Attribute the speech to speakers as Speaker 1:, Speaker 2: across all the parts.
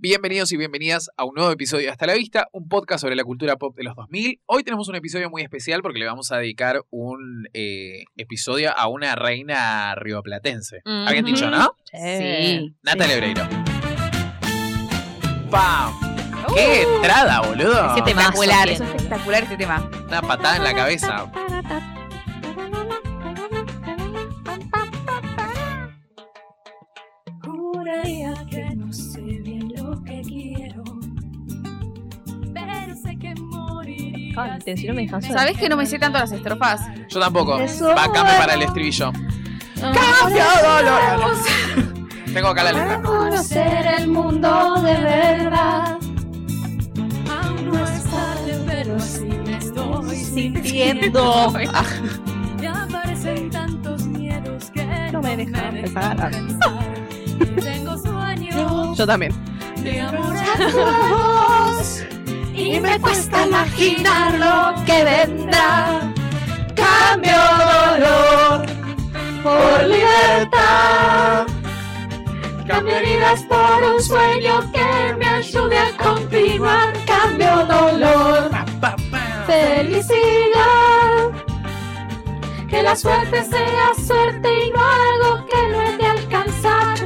Speaker 1: Bienvenidos y bienvenidas a un nuevo episodio de Hasta la Vista, un podcast sobre la cultura pop de los 2000. Hoy tenemos un episodio muy especial porque le vamos a dedicar un eh, episodio a una reina rioplatense. ¿Habían
Speaker 2: Ujú.
Speaker 1: dicho, no?
Speaker 2: Sí.
Speaker 1: Natalia Oreiro. ¡Pam! ¡Qué entrada, boludo!
Speaker 2: Uh. Ese tema.
Speaker 3: espectacular, es
Speaker 2: Temazo,
Speaker 3: espectacular este tema.
Speaker 1: Una patada en la cabeza.
Speaker 4: Juraría que no sé bien lo que quiero. Pero sé que moriría.
Speaker 2: Canten, si no me dejan sola.
Speaker 3: ¿Sabes que no me sé tanto las estrofas?
Speaker 1: Yo tampoco.
Speaker 4: Eso.
Speaker 1: Va, cambio para el estribillo. Tengo acá la letra.
Speaker 4: Para conocer el mundo de verdad. Aún no es tarde, pero sí me estoy
Speaker 2: Sintiendo.
Speaker 4: Me aparecen tantos miedos que
Speaker 2: No me dejan empezar a-
Speaker 4: pensar. Tengo sueños
Speaker 2: Yo también.
Speaker 4: de amor a todos. Y me cuesta imaginar lo que vendrá.
Speaker 2: Cambio dolor por libertad.
Speaker 4: Cambio vidas por un sueño que me ayude a continuar. Cambio dolor, felicidad. Que la suerte sea suerte y no algo que no he de alcanzar.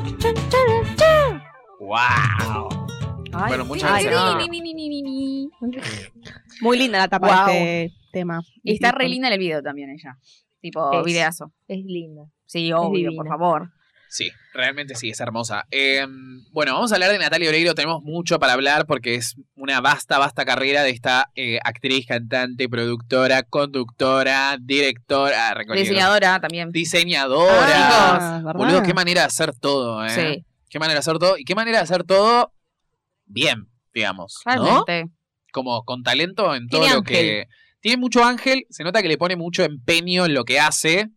Speaker 1: ¡Wow! Bueno, muchas
Speaker 2: ay,
Speaker 1: gracias.
Speaker 2: no. Muy linda la tapa
Speaker 3: Wow.
Speaker 2: de este tema.
Speaker 3: Y está re linda en el video también ella. Tipo,
Speaker 2: Es.
Speaker 3: videazo.
Speaker 2: Es linda.
Speaker 3: Sí, obvio,
Speaker 2: divina.
Speaker 3: por favor.
Speaker 1: Sí, realmente sí, es hermosa. Eh, bueno, vamos a hablar de Natalia Oreiro. Tenemos mucho para hablar porque es una vasta, vasta carrera de esta eh, actriz, cantante, productora, conductora, directora, ah, recorrido.
Speaker 3: Diseñadora también.
Speaker 1: diseñadora.
Speaker 3: Ah,
Speaker 2: ¿verdad?
Speaker 1: Boludo, qué manera de hacer todo, ¿eh?
Speaker 3: Sí,
Speaker 1: Qué manera de hacer todo. Y qué manera de hacer todo bien, digamos. ¿No?
Speaker 3: realmente.
Speaker 1: Como con talento en todo
Speaker 3: Tiene
Speaker 1: lo
Speaker 3: ángel.
Speaker 1: que. Tiene mucho ángel, se nota que le pone mucho empeño en lo que hace,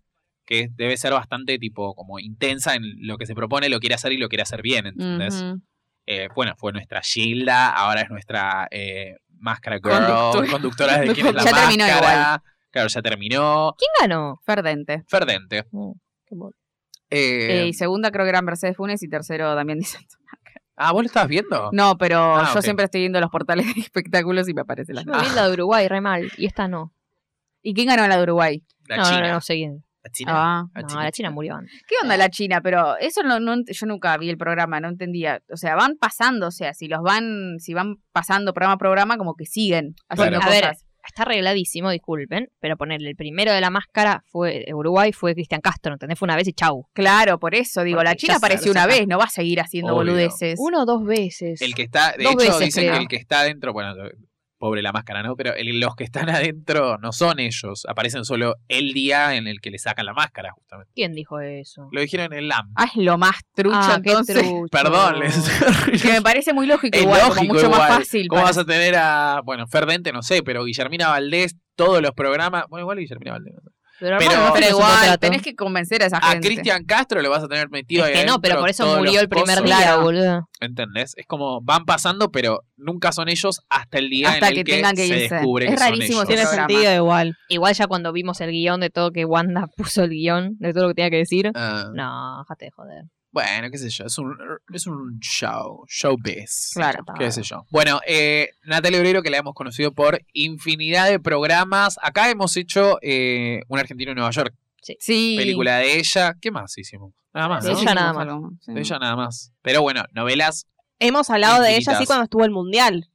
Speaker 1: que debe ser bastante tipo como intensa en lo que se propone, lo quiere hacer y lo quiere hacer bien, ¿entendés?
Speaker 3: Ujú.
Speaker 1: Eh, bueno, fue nuestra Gilda, ahora es nuestra eh, Máscara Girl,
Speaker 3: Conductora.
Speaker 1: conductora de quién es la
Speaker 3: Ya
Speaker 1: máscara.
Speaker 3: terminó
Speaker 1: Claro, ya terminó.
Speaker 2: ¿Quién
Speaker 1: Ah.
Speaker 2: ganó?
Speaker 3: Ferdente.
Speaker 1: Ferdente. Eh,
Speaker 3: Uh, Eh, y segunda creo que era Mercedes Funes y tercero también dice.
Speaker 1: ah, ¿vos lo estabas viendo?
Speaker 3: No, pero
Speaker 1: Ah,
Speaker 3: yo
Speaker 1: ok.
Speaker 3: siempre estoy viendo los portales de espectáculos y me aparece la
Speaker 1: Ah.
Speaker 5: No, vi la de Uruguay, re mal. Y esta no.
Speaker 3: ¿Y quién ganó la de Uruguay?
Speaker 1: La
Speaker 5: no,
Speaker 1: China.
Speaker 5: no, no, no, sé quién.
Speaker 1: La China.
Speaker 3: Ah.
Speaker 1: La
Speaker 5: no,
Speaker 1: China.
Speaker 5: la China murió antes.
Speaker 3: ¿Qué onda la China? Pero eso no, no ent- yo nunca vi el programa, no entendía. O sea, van pasando, o sea, si los van, si van pasando programa a programa, como que siguen haciendo
Speaker 5: Claro. A ver,
Speaker 3: cosas.
Speaker 5: Está arregladísimo, disculpen, pero ponerle el primero de la máscara fue eh, Uruguay, fue Cristian Castro, ¿entendés? Fue una vez y chau.
Speaker 3: Claro, por eso digo,
Speaker 5: Porque
Speaker 3: la
Speaker 5: ya
Speaker 3: China
Speaker 5: se-
Speaker 3: apareció
Speaker 1: ya
Speaker 3: una
Speaker 1: está.
Speaker 3: vez, no va a seguir haciendo
Speaker 1: Obvio.
Speaker 3: boludeces.
Speaker 5: Uno o dos veces.
Speaker 1: El que está, de
Speaker 5: Dos
Speaker 1: hecho,
Speaker 5: veces,
Speaker 1: dicen que
Speaker 5: creo.
Speaker 1: el que está adentro, bueno, pobre la máscara, ¿no? Pero el- los que están adentro no son ellos, aparecen solo el día en el que le sacan la máscara, justamente.
Speaker 5: ¿Quién dijo eso?
Speaker 1: Lo dijeron en el LAM.
Speaker 3: Ah, es lo más trucho,
Speaker 5: Ah, qué
Speaker 3: entonces.
Speaker 5: trucho.
Speaker 1: Perdón, les...
Speaker 3: Que me parece muy lógico,
Speaker 1: Es
Speaker 3: igual, como
Speaker 1: lógico
Speaker 3: mucho más
Speaker 1: igual.
Speaker 3: fácil.
Speaker 1: ¿Cómo
Speaker 3: para-
Speaker 1: vas a tener a, bueno, Ferdente, no sé, pero Guillermina Valdés, todos los programas, bueno, igual Guillermina Valdés. no sé.
Speaker 5: Pero,
Speaker 1: Pero-
Speaker 5: hermano,
Speaker 3: Pero
Speaker 5: no tenés un
Speaker 3: igual,
Speaker 5: contrato.
Speaker 3: tenés que convencer a esa
Speaker 1: A
Speaker 3: gente.
Speaker 1: Cristian Castro lo vas a tener metido
Speaker 5: Es
Speaker 1: ahí
Speaker 5: que no, pero
Speaker 1: adentro
Speaker 5: por eso
Speaker 1: todos
Speaker 5: murió
Speaker 1: los
Speaker 5: el primer
Speaker 1: pozos.
Speaker 5: día,
Speaker 3: Claro.
Speaker 5: boludo.
Speaker 1: ¿Entendés? Es como van pasando, pero nunca son ellos hasta el día
Speaker 3: Hasta
Speaker 1: en el
Speaker 3: que tengan que
Speaker 1: se
Speaker 3: irse.
Speaker 1: descubre
Speaker 3: Es
Speaker 1: que son
Speaker 3: rarísimo
Speaker 1: ellos.
Speaker 3: ese
Speaker 2: Tiene
Speaker 3: programa.
Speaker 2: sentido igual.
Speaker 5: Igual ya cuando vimos el guión de todo que Wanda puso el guión, de todo lo que tenía que decir.
Speaker 1: Ah,
Speaker 5: No, déjate de joder.
Speaker 1: bueno, qué sé yo, es un, es un show, showbiz.
Speaker 3: Claro.
Speaker 1: Qué sé yo. Bueno, eh, Natalia Obrero, que la hemos conocido por infinidad de programas. Acá hemos hecho eh, Un Argentino en Nueva York,
Speaker 3: Sí.
Speaker 1: película de ella. ¿Qué más hicimos? Nada más.
Speaker 5: De
Speaker 1: ¿no?
Speaker 5: ella nada más.
Speaker 3: algo, sí.
Speaker 1: De ella nada más. Pero bueno, novelas.
Speaker 2: Hemos hablado de ella
Speaker 1: Infinitas.
Speaker 2: así cuando estuvo el mundial.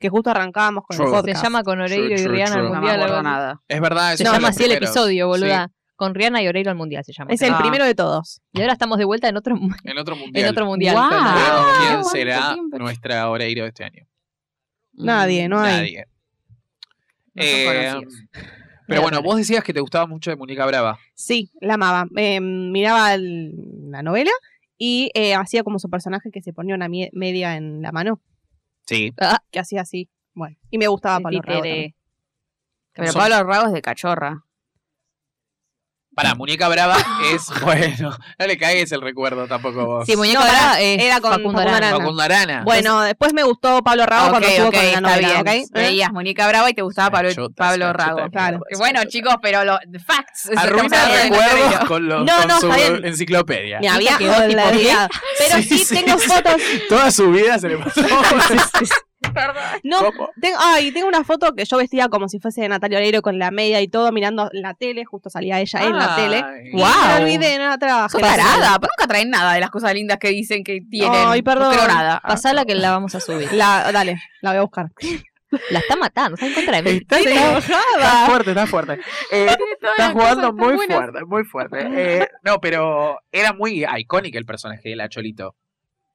Speaker 2: Que justo arrancábamos con
Speaker 1: True.
Speaker 2: el
Speaker 5: Se
Speaker 2: podcast.
Speaker 5: llama con Oreiro
Speaker 1: True,
Speaker 5: y
Speaker 1: true,
Speaker 5: Rihanna
Speaker 1: true.
Speaker 5: al
Speaker 3: No me
Speaker 5: mundial.
Speaker 3: acuerdo
Speaker 5: algo así.
Speaker 3: nada.
Speaker 1: Es verdad.
Speaker 5: Se
Speaker 1: esos son
Speaker 5: llama
Speaker 1: los
Speaker 5: así el
Speaker 1: primeros.
Speaker 5: episodio, boluda. Con Rihanna y Oreiro al mundial se llama.
Speaker 2: Es el
Speaker 3: Ah.
Speaker 2: primero de todos.
Speaker 5: Y ahora estamos de vuelta en otro, mu-
Speaker 1: Sí, en otro mundial.
Speaker 5: en otro mundial.
Speaker 3: Guau.
Speaker 5: Pero-
Speaker 1: Pero
Speaker 3: Ah, qué
Speaker 1: ¿Quién
Speaker 3: bonito
Speaker 1: será
Speaker 3: tiempo.
Speaker 1: nuestra Oreiro de este año?
Speaker 2: Nadie, no hay.
Speaker 1: Mm, Nadie.
Speaker 3: No son
Speaker 1: Eh,
Speaker 3: conocidos.
Speaker 1: pero
Speaker 5: Mira,
Speaker 1: bueno,
Speaker 5: dale.
Speaker 1: vos decías que te gustaba mucho de Muñeca Brava.
Speaker 2: Sí, la amaba. Eh, miraba el- la novela y eh, hacía como su personaje que se ponía una mie- media en la mano,
Speaker 1: Sí.
Speaker 2: que hacía así. Bueno, y me gustaba
Speaker 5: El
Speaker 2: Pablo Rago
Speaker 5: títere.
Speaker 2: también.
Speaker 3: Pero
Speaker 1: Son-
Speaker 3: Pablo Rago es de cachorra.
Speaker 1: Para, muñeca brava es bueno. No le cagues el recuerdo tampoco vos.
Speaker 5: Sí, muñeco
Speaker 2: No,
Speaker 5: Arana
Speaker 2: pará,
Speaker 5: es
Speaker 2: era con
Speaker 5: Facundo
Speaker 2: Facundo
Speaker 5: Arana.
Speaker 2: Arana.
Speaker 1: Facundo Arana.
Speaker 2: Bueno, después me gustó Pablo Rago
Speaker 3: Ok,
Speaker 2: cuando estuvo
Speaker 3: ok,
Speaker 2: con la
Speaker 3: está
Speaker 2: novela,
Speaker 3: bien.
Speaker 2: ¿ok? ¿Eh?
Speaker 3: Veías Muñeca Brava y te gustaba Pablo,
Speaker 1: Chuta,
Speaker 3: Pablo
Speaker 1: chuta, chuta,
Speaker 3: Rago.
Speaker 1: chuta,
Speaker 2: claro.
Speaker 1: chuta,
Speaker 3: Bueno,
Speaker 1: chuta.
Speaker 3: chicos, pero los facts.
Speaker 1: Arruina
Speaker 3: Estamos hablando de
Speaker 1: recuerdos
Speaker 3: Natalio.
Speaker 1: con, los,
Speaker 2: No,
Speaker 1: con
Speaker 2: no,
Speaker 1: su
Speaker 2: está bien.
Speaker 1: enciclopedia.
Speaker 2: Me ¿Eh? había
Speaker 5: que vos, tipo,
Speaker 2: la
Speaker 5: ¿qué?
Speaker 2: vida. Pero sí, tengo fotos.
Speaker 1: Toda su vida se le pasó.
Speaker 2: No,
Speaker 1: ¿Cómo?
Speaker 2: Ten- ay, tengo una foto que yo vestía como si fuese de Natalia Oreiro con la media y todo, mirando la tele, justo salía ella en
Speaker 1: Ah.
Speaker 2: la tele.
Speaker 1: Ay.
Speaker 2: Y Me
Speaker 3: Guau.
Speaker 2: olvidé, no la trabajé.
Speaker 3: Ah, oh. Sos tarada, pero nunca traen nada de las cosas lindas que dicen que tienen.
Speaker 2: Ay, perdón.
Speaker 3: No creo nada.
Speaker 5: Pasala que la vamos a subir.
Speaker 2: La, dale, la voy a buscar.
Speaker 5: La está matando, está en contra de mí.
Speaker 1: Está, está fuerte, está fuerte. Eh,
Speaker 3: Todas las
Speaker 1: Está jugando
Speaker 3: cosas
Speaker 1: muy
Speaker 3: tan buenas.
Speaker 1: fuerte, muy fuerte. Eh, no, pero era muy icónico el personaje de la Cholito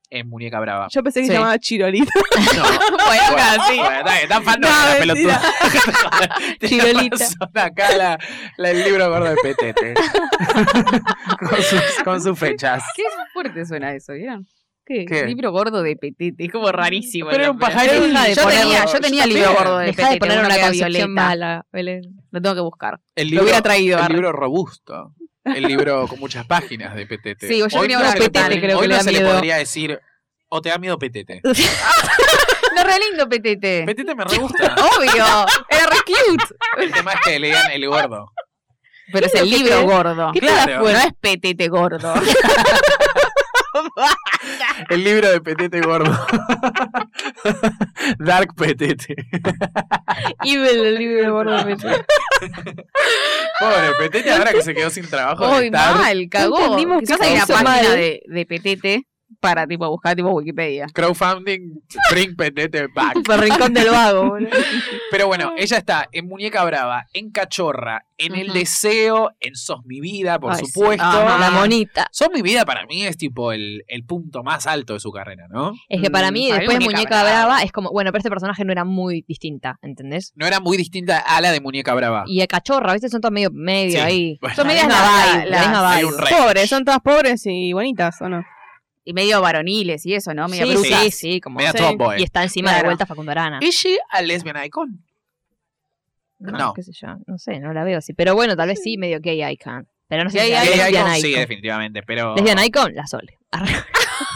Speaker 1: en Muñeca Brava.
Speaker 2: Yo pensé que
Speaker 5: Sí.
Speaker 2: se llamaba Chirolita.
Speaker 1: No, bueno, bueno, está bien, está fan no,
Speaker 2: No,
Speaker 1: la
Speaker 2: mentira.
Speaker 1: pelotuda. Tiene
Speaker 5: Chirolita.
Speaker 1: razón acá la, la- el libro gordo de Petete. con, sus, con sus fechas.
Speaker 3: Qué fuerte suena eso, ¿vieron?
Speaker 1: ¿Qué?
Speaker 3: Libro gordo de petete, es como rarísimo.
Speaker 1: Pero era un pajarito.
Speaker 5: Deja de
Speaker 3: Yo tenía,
Speaker 5: ponerlo.
Speaker 3: yo tenía el libro
Speaker 1: también.
Speaker 3: gordo de
Speaker 5: Deja
Speaker 3: petete.
Speaker 5: de poner
Speaker 3: uno
Speaker 5: una
Speaker 3: que era
Speaker 5: concepción
Speaker 3: violeta.
Speaker 5: mala, Belén.
Speaker 3: Lo tengo que buscar.
Speaker 1: El
Speaker 3: Lo
Speaker 1: libro,
Speaker 3: hubiera traído.
Speaker 1: el
Speaker 3: arre.
Speaker 1: libro robusto. El libro con muchas páginas de Petete.
Speaker 3: Sí, yo
Speaker 1: hoy
Speaker 3: quería
Speaker 1: no se
Speaker 3: hablar de
Speaker 1: le
Speaker 3: Petete,
Speaker 1: podría-
Speaker 5: creo
Speaker 1: hoy
Speaker 5: que
Speaker 1: no
Speaker 5: le da
Speaker 1: se le
Speaker 5: miedo.
Speaker 1: podría decir, o te da miedo Petete.
Speaker 3: No, re lindo petete.
Speaker 1: Petete me re gusta.
Speaker 3: Obvio, era re cute.
Speaker 1: El tema es que leían el gordo.
Speaker 3: Pero es el libro gordo.
Speaker 1: ¿Qué te da
Speaker 3: Claro.
Speaker 1: fuerza?
Speaker 3: No es petete gordo.
Speaker 1: El libro de Petete Gordo. Dark Petete.
Speaker 5: Evil, el libro gordo de Belén.
Speaker 1: Pobre Petete, ahora que se quedó sin trabajo. de
Speaker 3: Hoy
Speaker 1: estar-
Speaker 3: mal, cagó.
Speaker 5: entendimos
Speaker 3: Quizás
Speaker 5: qué
Speaker 3: hay una
Speaker 5: causó
Speaker 3: página
Speaker 5: mal.
Speaker 3: de, de petete para tipo buscar tipo Wikipedia.
Speaker 1: Crowdfunding, bring Petete back.
Speaker 5: Por rincón del vago, boludo.
Speaker 1: Pero bueno, ella está en Muñeca Brava, en Cachorra, en El
Speaker 3: Ujú.
Speaker 1: Deseo, en Sos Mi Vida, por
Speaker 5: Ay, sí.
Speaker 1: supuesto.
Speaker 3: Ajá.
Speaker 5: La monita.
Speaker 1: Sos Mi Vida para mí es tipo el, el punto más alto de su carrera, ¿no?
Speaker 5: Es que para mí,
Speaker 3: Mm, para mí
Speaker 5: después de
Speaker 3: Muñeca
Speaker 5: Muñeca
Speaker 3: Brava.
Speaker 5: Brava, es como, bueno, pero este personaje no era muy distinta, ¿entendés?
Speaker 1: No era muy distinta a la de Muñeca Brava.
Speaker 5: Y a Cachorra, ¿viste? Son todos medio, medio
Speaker 1: Ah. Sí.
Speaker 5: ahí.
Speaker 1: Bueno.
Speaker 5: Son
Speaker 3: La
Speaker 5: medias
Speaker 3: misma-
Speaker 5: la vibe,
Speaker 3: la-
Speaker 5: la misma
Speaker 1: hay
Speaker 5: vibe.
Speaker 1: un re-
Speaker 2: Pobres, son todas pobres y bonitas, ¿o no?
Speaker 3: Y medio varoniles y eso, ¿no? Medio
Speaker 5: Sí,
Speaker 3: brutas.
Speaker 5: sí, sí, como.
Speaker 1: Media
Speaker 2: Sí.
Speaker 1: tomboy.
Speaker 5: Y está encima de
Speaker 3: Claro.
Speaker 5: vuelta Facundo Arana.
Speaker 1: ¿Es she a lesbian icon?
Speaker 5: No,
Speaker 1: No.
Speaker 5: Ah, qué sé yo, no sé, no la veo así. Pero bueno, tal vez sí, medio gay icon. Pero no sé si
Speaker 3: Gay
Speaker 5: era
Speaker 1: Gay
Speaker 5: lesbian
Speaker 1: icon,
Speaker 5: icon.
Speaker 1: sí, definitivamente, pero...
Speaker 5: Lesbian icon, la Sole. Arre.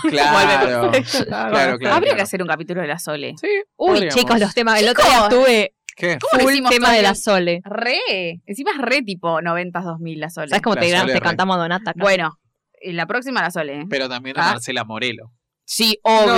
Speaker 1: Claro. Claro, claro.
Speaker 3: Habría que
Speaker 1: claro.
Speaker 3: hacer un capítulo de la Sole.
Speaker 1: Sí.
Speaker 5: Uy,
Speaker 1: podríamos.
Speaker 5: chicos, los temas. El otro
Speaker 3: Chicos.
Speaker 5: día tuve
Speaker 1: ¿Qué?
Speaker 3: ¿Cómo
Speaker 5: full
Speaker 3: le hicimos
Speaker 5: tema
Speaker 3: todo
Speaker 5: de
Speaker 3: el-
Speaker 5: la Sole.
Speaker 3: Re. Encima es re tipo 90s 2000 la Sole.
Speaker 5: ¿Sabes cómo
Speaker 1: La
Speaker 5: te, dirán?
Speaker 1: Sole
Speaker 5: te
Speaker 1: re.
Speaker 5: cantamos a Donata? acá?
Speaker 3: Bueno, y la próxima la Sole. ¿eh?
Speaker 1: Pero también
Speaker 3: Ah.
Speaker 1: a Marcela Morelo.
Speaker 3: Sí, obvio.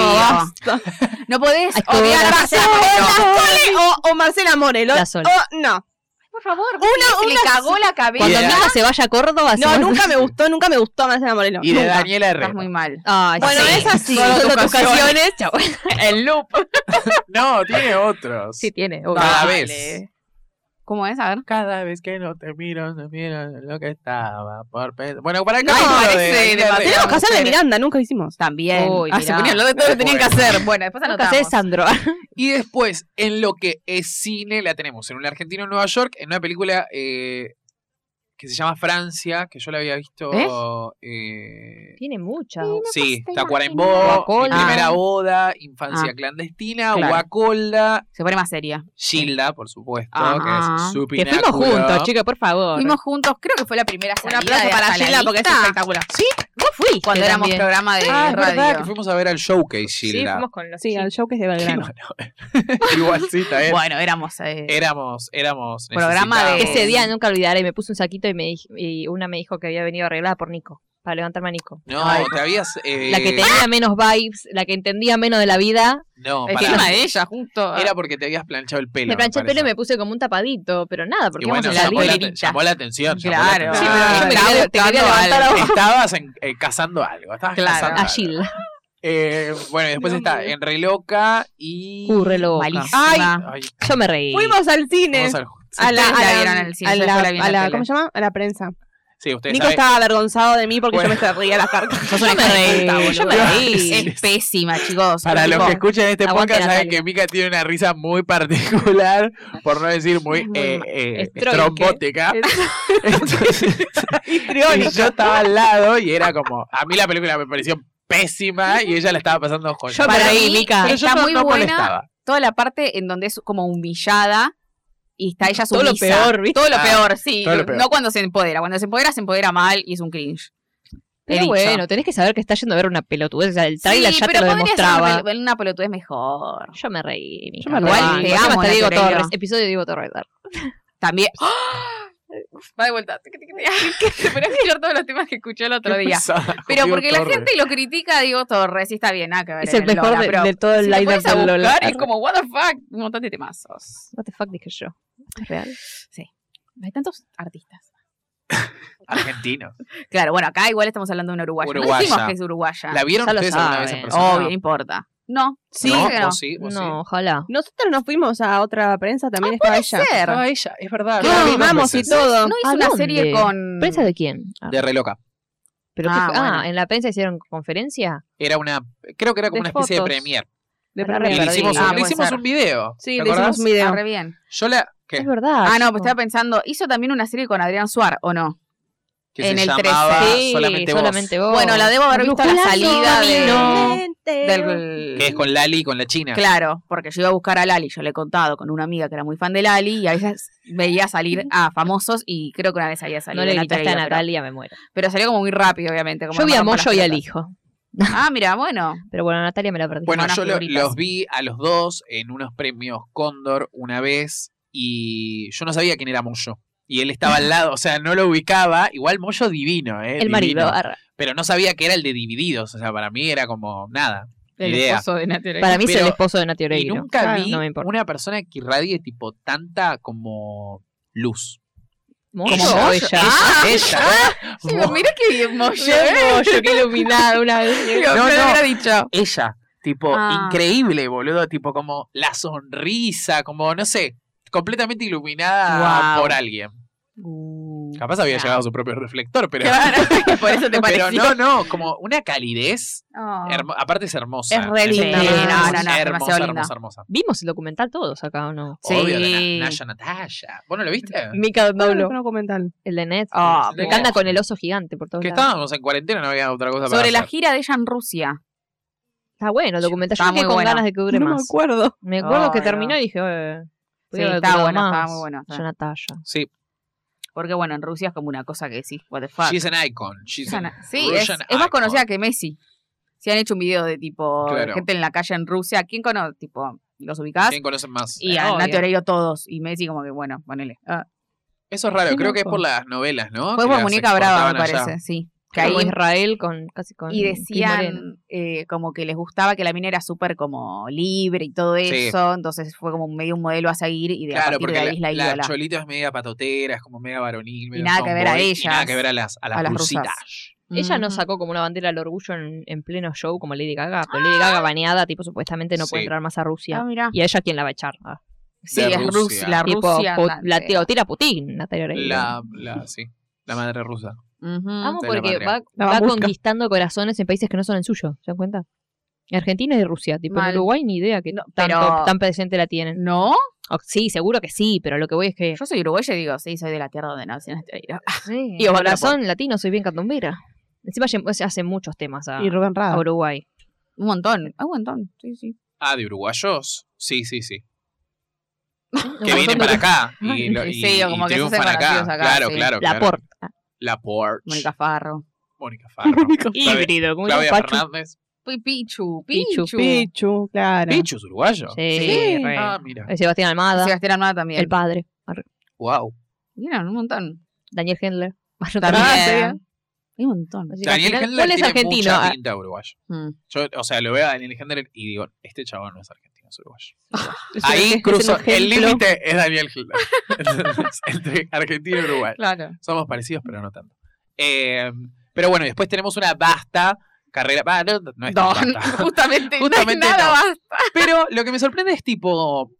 Speaker 3: No podés
Speaker 5: Ay, qué
Speaker 3: odiar a
Speaker 5: buena
Speaker 3: Marcela
Speaker 5: Sole.
Speaker 3: Moreno.
Speaker 2: O, o Marcela Morelo.
Speaker 5: La
Speaker 3: oh,
Speaker 5: Sol.
Speaker 2: O, no.
Speaker 3: Por favor,
Speaker 2: Una-
Speaker 3: se le
Speaker 2: una-
Speaker 3: cagó la cabeza.
Speaker 5: Cuando
Speaker 1: Y
Speaker 5: mi
Speaker 1: de-
Speaker 5: hija se vaya a Córdoba,
Speaker 2: No,
Speaker 5: se-
Speaker 2: nunca me gustó, nunca me gustó Marcela Morelo.
Speaker 1: Y de
Speaker 2: Nunca.
Speaker 1: Daniela Herrera.
Speaker 3: Estás muy mal.
Speaker 5: Ay,
Speaker 2: Bueno,
Speaker 5: sí.
Speaker 2: es así.
Speaker 5: Solo
Speaker 3: Solo
Speaker 5: tus
Speaker 3: tus
Speaker 5: ocasiones. Chao.
Speaker 3: pues. El loop.
Speaker 1: No, tiene otros.
Speaker 5: Sí, tiene. obvio.
Speaker 1: Cada
Speaker 3: Dale.
Speaker 1: vez.
Speaker 3: ¿Cómo es? A ver.
Speaker 1: Cada vez que no te miro, no miro lo que estaba por pe- Bueno, para el
Speaker 3: No,
Speaker 1: capítulo
Speaker 3: parece
Speaker 1: de Daniela
Speaker 3: demasiado.
Speaker 1: Herrera.
Speaker 2: Tenemos que hacer de
Speaker 3: Pero-
Speaker 2: Miranda, nunca hicimos.
Speaker 3: También.
Speaker 5: Uy,
Speaker 3: ah, se
Speaker 5: mirá.
Speaker 3: ponían lo de todo lo que tenían que hacer. Bueno, después
Speaker 5: Nunca sé,
Speaker 3: anotamos.
Speaker 5: Sandro. Ah,
Speaker 1: Y después, en lo que es cine, la tenemos en un argentino en Nueva York, en una película eh, que se llama Francia, que yo la había visto. eh,
Speaker 5: Tiene muchas.
Speaker 1: sí,
Speaker 3: te
Speaker 1: Tacuarembó, Mi
Speaker 5: Guacolda.
Speaker 1: Primera Boda, Infancia
Speaker 3: Ah.
Speaker 1: Clandestina,
Speaker 3: Claro.
Speaker 1: Guacolda,
Speaker 3: Se pone más seria.
Speaker 1: Gilda, por supuesto, que
Speaker 3: Ajá.
Speaker 1: es su
Speaker 5: Que fuimos
Speaker 1: pináculo.
Speaker 5: juntos, chicos, por favor.
Speaker 3: Fuimos juntos, creo que fue la primera
Speaker 2: Un
Speaker 3: salida
Speaker 2: aplauso
Speaker 3: de
Speaker 2: para
Speaker 3: Hasta la
Speaker 2: Gilda porque es
Speaker 3: Vista,
Speaker 2: espectacular.
Speaker 5: Sí, vos fuiste
Speaker 3: Cuando éramos
Speaker 5: también.
Speaker 3: programa de
Speaker 1: Ah, es verdad, que
Speaker 3: radio.
Speaker 1: fuimos a ver al showcase,
Speaker 5: Sí,
Speaker 1: Gilda.
Speaker 5: fuimos con los
Speaker 2: Sí, al show que es de
Speaker 1: Qué
Speaker 2: Belgrano.
Speaker 1: bueno. Igual sí, está bien.
Speaker 3: Bueno, éramos. eh,
Speaker 1: Éramos, éramos.
Speaker 3: Programa de-
Speaker 1: necesitábamos-
Speaker 5: Ese día nunca olvidaré, me puse un saquito y me dij- y una me dijo que había venido arreglada por Nico, para levantarme a Nico.
Speaker 1: No, te habías. eh,
Speaker 5: La que tenía menos vibes, la que entendía menos de la vida.
Speaker 1: No,
Speaker 3: el
Speaker 1: pará.
Speaker 3: tema de ella, justo.
Speaker 1: Era porque te habías planchado el pelo.
Speaker 5: me planché el pelo y
Speaker 1: parece.
Speaker 5: me puse como un tapadito, pero nada, porque
Speaker 1: Y bueno,
Speaker 5: íbamos a
Speaker 1: llamó
Speaker 5: salir.
Speaker 1: la,
Speaker 3: librerita.
Speaker 1: llamó la atención. llamó la
Speaker 3: Claro.
Speaker 1: atención.
Speaker 5: Sí, pero yo me
Speaker 3: Estaba
Speaker 5: quería- te quería
Speaker 3: buscando
Speaker 5: levantar
Speaker 3: algo.
Speaker 1: Estabas en- eh, cazando algo. Estabas
Speaker 3: Claro.
Speaker 1: cazando
Speaker 5: A
Speaker 1: algo.
Speaker 5: Gilda.
Speaker 1: Eh, bueno, y después
Speaker 5: Ah, No,
Speaker 1: está
Speaker 5: no.
Speaker 1: en Reloca y.
Speaker 5: Cúrrelo.
Speaker 3: Malísima.
Speaker 1: Ay,
Speaker 5: Yo me reí.
Speaker 2: Fuimos al cine.
Speaker 1: vamos al-
Speaker 2: A la,
Speaker 3: Ustedes la
Speaker 2: a la-
Speaker 3: vieron en el cine,
Speaker 2: a
Speaker 3: yo
Speaker 2: la-
Speaker 3: después la vi en
Speaker 2: a
Speaker 3: la
Speaker 2: la-
Speaker 3: tele.
Speaker 2: ¿Cómo se llama? A la prensa.
Speaker 1: Sí, ustedes
Speaker 2: Nico
Speaker 1: saben.
Speaker 2: estaba avergonzado de mí porque
Speaker 1: Bueno.
Speaker 2: yo me reía las cartas.
Speaker 3: Sos una
Speaker 5: Yo me
Speaker 3: hija de
Speaker 5: reí,
Speaker 3: puta, boludo.
Speaker 5: yo me reí.
Speaker 3: Es pésima, chicos.
Speaker 1: Para los
Speaker 3: Tipo,
Speaker 1: que escuchan este
Speaker 5: Aguante,
Speaker 1: podcast, saben
Speaker 5: Natalia.
Speaker 1: que Mika tiene una risa muy particular, por no decir muy,
Speaker 5: Muy
Speaker 1: eh,
Speaker 5: ma-
Speaker 1: eh,
Speaker 5: estroica.
Speaker 1: trombótica. Entonces, y yo estaba al lado y era como, a mí la película me pareció pésima y ella la estaba pasando joya.
Speaker 5: Yo me
Speaker 3: Para
Speaker 5: reí,
Speaker 3: mí,
Speaker 5: Mica.
Speaker 1: Pero yo
Speaker 3: está
Speaker 1: no,
Speaker 3: muy
Speaker 1: no
Speaker 3: buena.
Speaker 1: molestaba.
Speaker 3: toda la parte en donde es como humillada y está ella
Speaker 5: Todo
Speaker 3: sumisa.
Speaker 5: lo peor, ¿viste?
Speaker 3: Todo lo
Speaker 1: Ah,
Speaker 3: peor, sí.
Speaker 1: todo lo peor.
Speaker 3: No cuando se empodera. Cuando se empodera, se empodera mal y es un cringe. He
Speaker 5: Pero
Speaker 3: dicho.
Speaker 5: bueno, tenés que saber que está yendo a ver una pelotudez. O sea, el trailer
Speaker 3: Sí,
Speaker 5: ya te
Speaker 3: pero
Speaker 5: lo
Speaker 3: podría ser
Speaker 5: demostraba.
Speaker 3: Una, pelu- una pelotudez mejor.
Speaker 5: Yo me reí.
Speaker 2: Yo me
Speaker 5: Igual
Speaker 2: reí.
Speaker 5: te
Speaker 3: Amo
Speaker 5: amo hasta
Speaker 3: la
Speaker 5: Diego
Speaker 3: teoría.
Speaker 5: Torres. Episodio de Diego Torres.
Speaker 3: También. Va de vuelta. Pero es peor todos los temas que escuché el otro día. Pero porque la gente lo critica a Diego Torres y está bien, nada que ver.
Speaker 5: Es el
Speaker 3: en
Speaker 5: mejor
Speaker 3: Lola,
Speaker 5: de,
Speaker 3: pero
Speaker 5: de todo el
Speaker 3: si te
Speaker 5: line
Speaker 3: pones
Speaker 5: up
Speaker 3: a
Speaker 5: de Lola.
Speaker 3: buscar, es como, what the fuck, un montón de temazos.
Speaker 5: What the fuck dije yo. ¿Es real?
Speaker 3: Hay tantos artistas.
Speaker 1: Argentino.
Speaker 3: Claro, bueno, acá igual estamos hablando de una uruguaya.
Speaker 1: Uruguaya.
Speaker 3: No dijimos que es uruguaya.
Speaker 1: ¿La vieron
Speaker 5: Ya lo
Speaker 1: ustedes alguna vez en
Speaker 5: saben.
Speaker 1: persona?
Speaker 3: Obvio, no importa. No, sí,
Speaker 1: ¿No?
Speaker 3: dije que no.
Speaker 1: ¿Vos sí? ¿Vos sí?
Speaker 5: No, ojalá.
Speaker 2: Nosotros nos fuimos a otra prensa,
Speaker 1: Ah,
Speaker 2: también estaba ella.
Speaker 3: ser.
Speaker 1: Estaba ella, es verdad.
Speaker 2: Que
Speaker 1: la
Speaker 2: la
Speaker 1: vi dos
Speaker 2: filmamos y
Speaker 1: veces.
Speaker 2: todo.
Speaker 3: No
Speaker 5: ¿A
Speaker 3: hizo una
Speaker 5: dónde?
Speaker 3: serie con.
Speaker 5: ¿Prensa de quién? Ah,
Speaker 1: De reloca.
Speaker 5: ¿pero qué
Speaker 3: Ah,
Speaker 5: fue? Ah,
Speaker 3: bueno.
Speaker 5: en la prensa hicieron conferencia.
Speaker 1: Era una, creo que era como una
Speaker 5: De
Speaker 1: especie
Speaker 5: fotos.
Speaker 1: de premier.
Speaker 2: De
Speaker 5: Para
Speaker 1: Y
Speaker 5: Me
Speaker 1: le
Speaker 2: primera
Speaker 5: perdí.
Speaker 1: hicimos, un,
Speaker 3: Ah,
Speaker 1: le
Speaker 3: puede
Speaker 1: hicimos
Speaker 3: ser.
Speaker 1: un video.
Speaker 2: Sí,
Speaker 1: ¿te
Speaker 2: le hicimos
Speaker 1: acordás?
Speaker 2: un video.
Speaker 3: Ah, re bien.
Speaker 1: Yo la. ¿Qué?
Speaker 5: Es verdad.
Speaker 3: Ah, no,
Speaker 5: chico.
Speaker 3: pues estaba pensando, hizo también una serie con Adrián Suar, ¿o no?
Speaker 1: Que
Speaker 3: en
Speaker 1: se
Speaker 3: el
Speaker 1: llamaba
Speaker 3: 13.
Speaker 5: Sí,
Speaker 1: solamente, vos.
Speaker 5: Ah, solamente vos.
Speaker 3: Bueno, la debo haber visto a la salida de-
Speaker 5: No.
Speaker 3: Del,
Speaker 1: Que es con Lali y con la China.
Speaker 3: Claro, porque yo iba a buscar a Lali, yo le he contado con una amiga que era muy fan de Lali y a veces veía salir a famosos y creo que una vez había salido.
Speaker 5: No le
Speaker 3: en la
Speaker 5: gritaste a
Speaker 3: previa, pero,
Speaker 5: Natalia, me muero.
Speaker 3: pero salió como muy rápido, obviamente. como
Speaker 5: Yo vi
Speaker 3: me
Speaker 5: a
Speaker 3: rompo las
Speaker 5: Moyo y al
Speaker 3: pelotas.
Speaker 5: hijo.
Speaker 3: Ah, mira, bueno.
Speaker 5: Pero bueno, a Natalia me la perdí.
Speaker 1: Bueno,
Speaker 3: buenas
Speaker 1: yo lo-
Speaker 3: figuritas.
Speaker 1: los vi a los dos en unos premios Cóndor una vez y yo no sabía quién era Moyo. Y él estaba al lado, o sea, no lo ubicaba. Igual Moyo divino, ¿eh?
Speaker 5: el marido.
Speaker 1: divino.
Speaker 5: arra.
Speaker 1: Pero no sabía que era el de Divididos. O sea, para mí era como nada.
Speaker 3: El
Speaker 1: Idea.
Speaker 3: esposo de Natalia.
Speaker 5: Para mí es el
Speaker 1: Pero-
Speaker 5: esposo de Nati
Speaker 1: Y
Speaker 5: Oreiro.
Speaker 1: nunca
Speaker 5: Claro.
Speaker 1: vi
Speaker 5: No me importa.
Speaker 1: una persona que irradie tipo tanta como luz.
Speaker 5: Moyo Ah.
Speaker 1: Como
Speaker 5: o
Speaker 1: Moyo.
Speaker 5: ella.
Speaker 1: Ella. ¿eh?
Speaker 3: Digo, mira qué bien Moyo.
Speaker 5: Bien,
Speaker 3: ¿eh?
Speaker 5: Moyo, qué iluminada una
Speaker 3: Digo,
Speaker 1: No,
Speaker 3: me lo
Speaker 1: no.
Speaker 3: hubiera dicho.
Speaker 1: Ella. Tipo,
Speaker 3: Ah.
Speaker 1: increíble, boludo. Tipo, como la sonrisa, como, no sé, completamente iluminada
Speaker 3: Wow.
Speaker 1: por alguien. Capaz había
Speaker 3: Nah.
Speaker 1: llegado a su propio reflector, pero.
Speaker 3: Ah. Claro, por eso te pareció.
Speaker 1: Pero no, no, como una calidez.
Speaker 3: Oh.
Speaker 1: hermo- aparte es hermosa.
Speaker 5: Es re linda.
Speaker 1: hermosa,
Speaker 5: Sí, no, no, no,
Speaker 1: hermosa,
Speaker 3: demasiado
Speaker 1: hermosa,
Speaker 3: linda.
Speaker 1: hermosa, hermosa.
Speaker 5: Vimos el documental todos acá, ¿o no?
Speaker 3: Sí.
Speaker 1: Obvio, de Na- Naya Natasha. ¿Vos no lo viste?
Speaker 5: Mica Pablo,
Speaker 2: Un documental.
Speaker 5: el de Net.
Speaker 3: Ah,
Speaker 1: De
Speaker 5: que
Speaker 1: Net.
Speaker 5: anda con el oso gigante por todos
Speaker 1: Que
Speaker 5: lados.
Speaker 1: estábamos en cuarentena, no había otra cosa para
Speaker 3: Sobre la
Speaker 1: hacer.
Speaker 3: gira de ella en Rusia.
Speaker 5: Está bueno el documental. Yo
Speaker 3: Está
Speaker 5: me quedé
Speaker 3: muy
Speaker 5: con
Speaker 3: bueno.
Speaker 5: ganas de que dure
Speaker 2: no me
Speaker 5: más.
Speaker 2: acuerdo.
Speaker 5: Me acuerdo que
Speaker 3: Ay,
Speaker 5: terminó
Speaker 3: no.
Speaker 5: y dije, eh, podía
Speaker 3: Sí,
Speaker 5: haber
Speaker 3: está
Speaker 5: durado
Speaker 3: bueno, estaba
Speaker 5: más.
Speaker 3: muy bueno.
Speaker 5: Yo, Natalia.
Speaker 1: Sí,
Speaker 3: Porque bueno, en Rusia es como una cosa que decís, what the fuck.
Speaker 1: she's an icon. She's
Speaker 3: Russian-
Speaker 1: an
Speaker 3: sí, es,
Speaker 1: Russian
Speaker 3: es más
Speaker 1: icon.
Speaker 3: conocida que Messi. Si han hecho un video de tipo
Speaker 1: Claro.
Speaker 3: gente en la calle en Rusia, ¿quién conoce? Tipo, los ubicás.
Speaker 1: ¿Quién conocen más?
Speaker 3: Y
Speaker 5: Eh,
Speaker 3: a
Speaker 5: obvio.
Speaker 3: Nati Oreiro todos. Y Messi como que, bueno, ponele. Ah.
Speaker 1: Eso es raro,
Speaker 2: Qué
Speaker 1: creo que es
Speaker 2: loco.
Speaker 1: por las novelas, ¿no?
Speaker 3: Fue
Speaker 1: Que
Speaker 3: por
Speaker 1: las
Speaker 3: Muñeca Brava, me
Speaker 1: exportaban allá.
Speaker 3: parece, sí. Que
Speaker 5: Como
Speaker 3: ahí-
Speaker 5: Israel con casi con
Speaker 3: y
Speaker 5: Cris Morena.
Speaker 3: decían eh, como que les gustaba que la mina era súper como libre y todo
Speaker 1: Sí.
Speaker 3: eso. Entonces fue como medio un modelo a seguir y de a
Speaker 1: Claro,
Speaker 3: partir de
Speaker 1: porque
Speaker 3: ahí es la,
Speaker 1: la, la
Speaker 3: ídola.
Speaker 1: Cholito es media patotera, es como mega varonil. medio
Speaker 3: nada que ver a
Speaker 1: tomboy, Y
Speaker 3: ellas.
Speaker 1: nada que ver a las, a las,
Speaker 3: A las
Speaker 1: rusitas.
Speaker 5: Ella no
Speaker 3: Ujú.
Speaker 5: sacó como una bandera al orgullo en, en pleno show como Lady Gaga, pero Lady Gaga baneada, tipo supuestamente no puede
Speaker 1: Sí.
Speaker 5: entrar más a
Speaker 3: Ah,
Speaker 5: Rusia.
Speaker 3: mirá.
Speaker 5: Y a ella quién la va a echar. Ah.
Speaker 3: Sí,
Speaker 1: De
Speaker 3: es Rusia.
Speaker 1: Rusia.
Speaker 3: la
Speaker 5: Tipo,
Speaker 3: Rusia.
Speaker 5: po-
Speaker 3: andante.
Speaker 5: la tira, o tira Putin, Natalia Oreiro.
Speaker 1: La, la, sí, la madre rusa.
Speaker 3: Ujú.
Speaker 5: Amo
Speaker 1: de la
Speaker 5: porque
Speaker 1: patria.
Speaker 5: va,
Speaker 2: La
Speaker 5: va
Speaker 2: babushka.
Speaker 5: conquistando corazones en países que no son el suyo, ¿se dan cuenta? Argentina y Rusia, tipo en
Speaker 3: Mal.
Speaker 5: Uruguay ni idea que
Speaker 3: No,
Speaker 5: tanto-
Speaker 3: pero-
Speaker 5: tan presente la tienen.
Speaker 3: ¿No?
Speaker 5: O- sí, seguro que sí, pero lo que voy es que
Speaker 3: Yo soy uruguaya y digo, sí, soy de la tierra donde nació Nati Oreiro.
Speaker 5: sí,
Speaker 3: Y
Speaker 5: en
Speaker 3: ojalá
Speaker 5: corazón latino soy bien cantumbera. Encima lle- o sea, hace muchos temas a,
Speaker 2: Ah, Y Rubén
Speaker 5: a
Speaker 2: Rada.
Speaker 5: Uruguay.
Speaker 3: Un montón, un montón, sí, sí.
Speaker 1: Ah, ¿de uruguayos? Sí, sí, sí.
Speaker 5: Un
Speaker 1: Que
Speaker 5: montón
Speaker 1: vienen
Speaker 5: de-
Speaker 1: para acá y, lo- y-
Speaker 3: Sí, o como
Speaker 1: y
Speaker 3: que se hacen
Speaker 1: triunfan acá.
Speaker 3: conocidos acá,
Speaker 1: Claro,
Speaker 3: sí.
Speaker 1: claro,
Speaker 5: La
Speaker 1: claro.
Speaker 5: porta.
Speaker 1: La Porch.
Speaker 3: Mónica Farro.
Speaker 1: Mónica Farro. Claudia-
Speaker 5: Híbrido, como
Speaker 1: Claudia
Speaker 5: un pachu.
Speaker 1: Fernández.
Speaker 3: Pi- Pichu,
Speaker 5: Pichu,
Speaker 3: Pichu.
Speaker 2: Pichu, claro.
Speaker 1: Pichu es uruguayo.
Speaker 5: Sí,
Speaker 2: Sí.
Speaker 5: re.
Speaker 1: Ah, mira.
Speaker 5: Eh, Sebastián Almada,
Speaker 3: Sebastián Armada también.
Speaker 5: el padre, Arre.
Speaker 1: Wow.
Speaker 3: Vieron, un montón.
Speaker 5: Daniel Hendler.
Speaker 3: También.
Speaker 5: Ah, ¿sería?
Speaker 3: Hay un montón.
Speaker 5: Así que al
Speaker 1: Daniel
Speaker 5: final,
Speaker 1: Hendler
Speaker 5: ¿Cuál es
Speaker 1: tiene
Speaker 5: argentino?
Speaker 1: mucha
Speaker 5: Ah,
Speaker 1: pinta de uruguayo.
Speaker 3: Mm.
Speaker 1: Yo, o sea, lo veo a Daniel Hendler y digo, este chabón no es argentino, es uruguayo.
Speaker 2: Es un- es
Speaker 1: Ahí
Speaker 2: un
Speaker 1: cruzo, el
Speaker 2: ejemplo.
Speaker 1: límite es Daniel Hendler. Entonces, entre argentino y uruguayo.
Speaker 3: Claro.
Speaker 1: Somos parecidos, pero no tanto. Eh, pero bueno, después tenemos una vasta carrera. Ah, no, no es tan
Speaker 3: No,
Speaker 1: vasta.
Speaker 3: justamente,
Speaker 1: Justamente
Speaker 3: no hay nada
Speaker 1: no.
Speaker 3: más.
Speaker 1: Pero lo que me sorprende es tipo.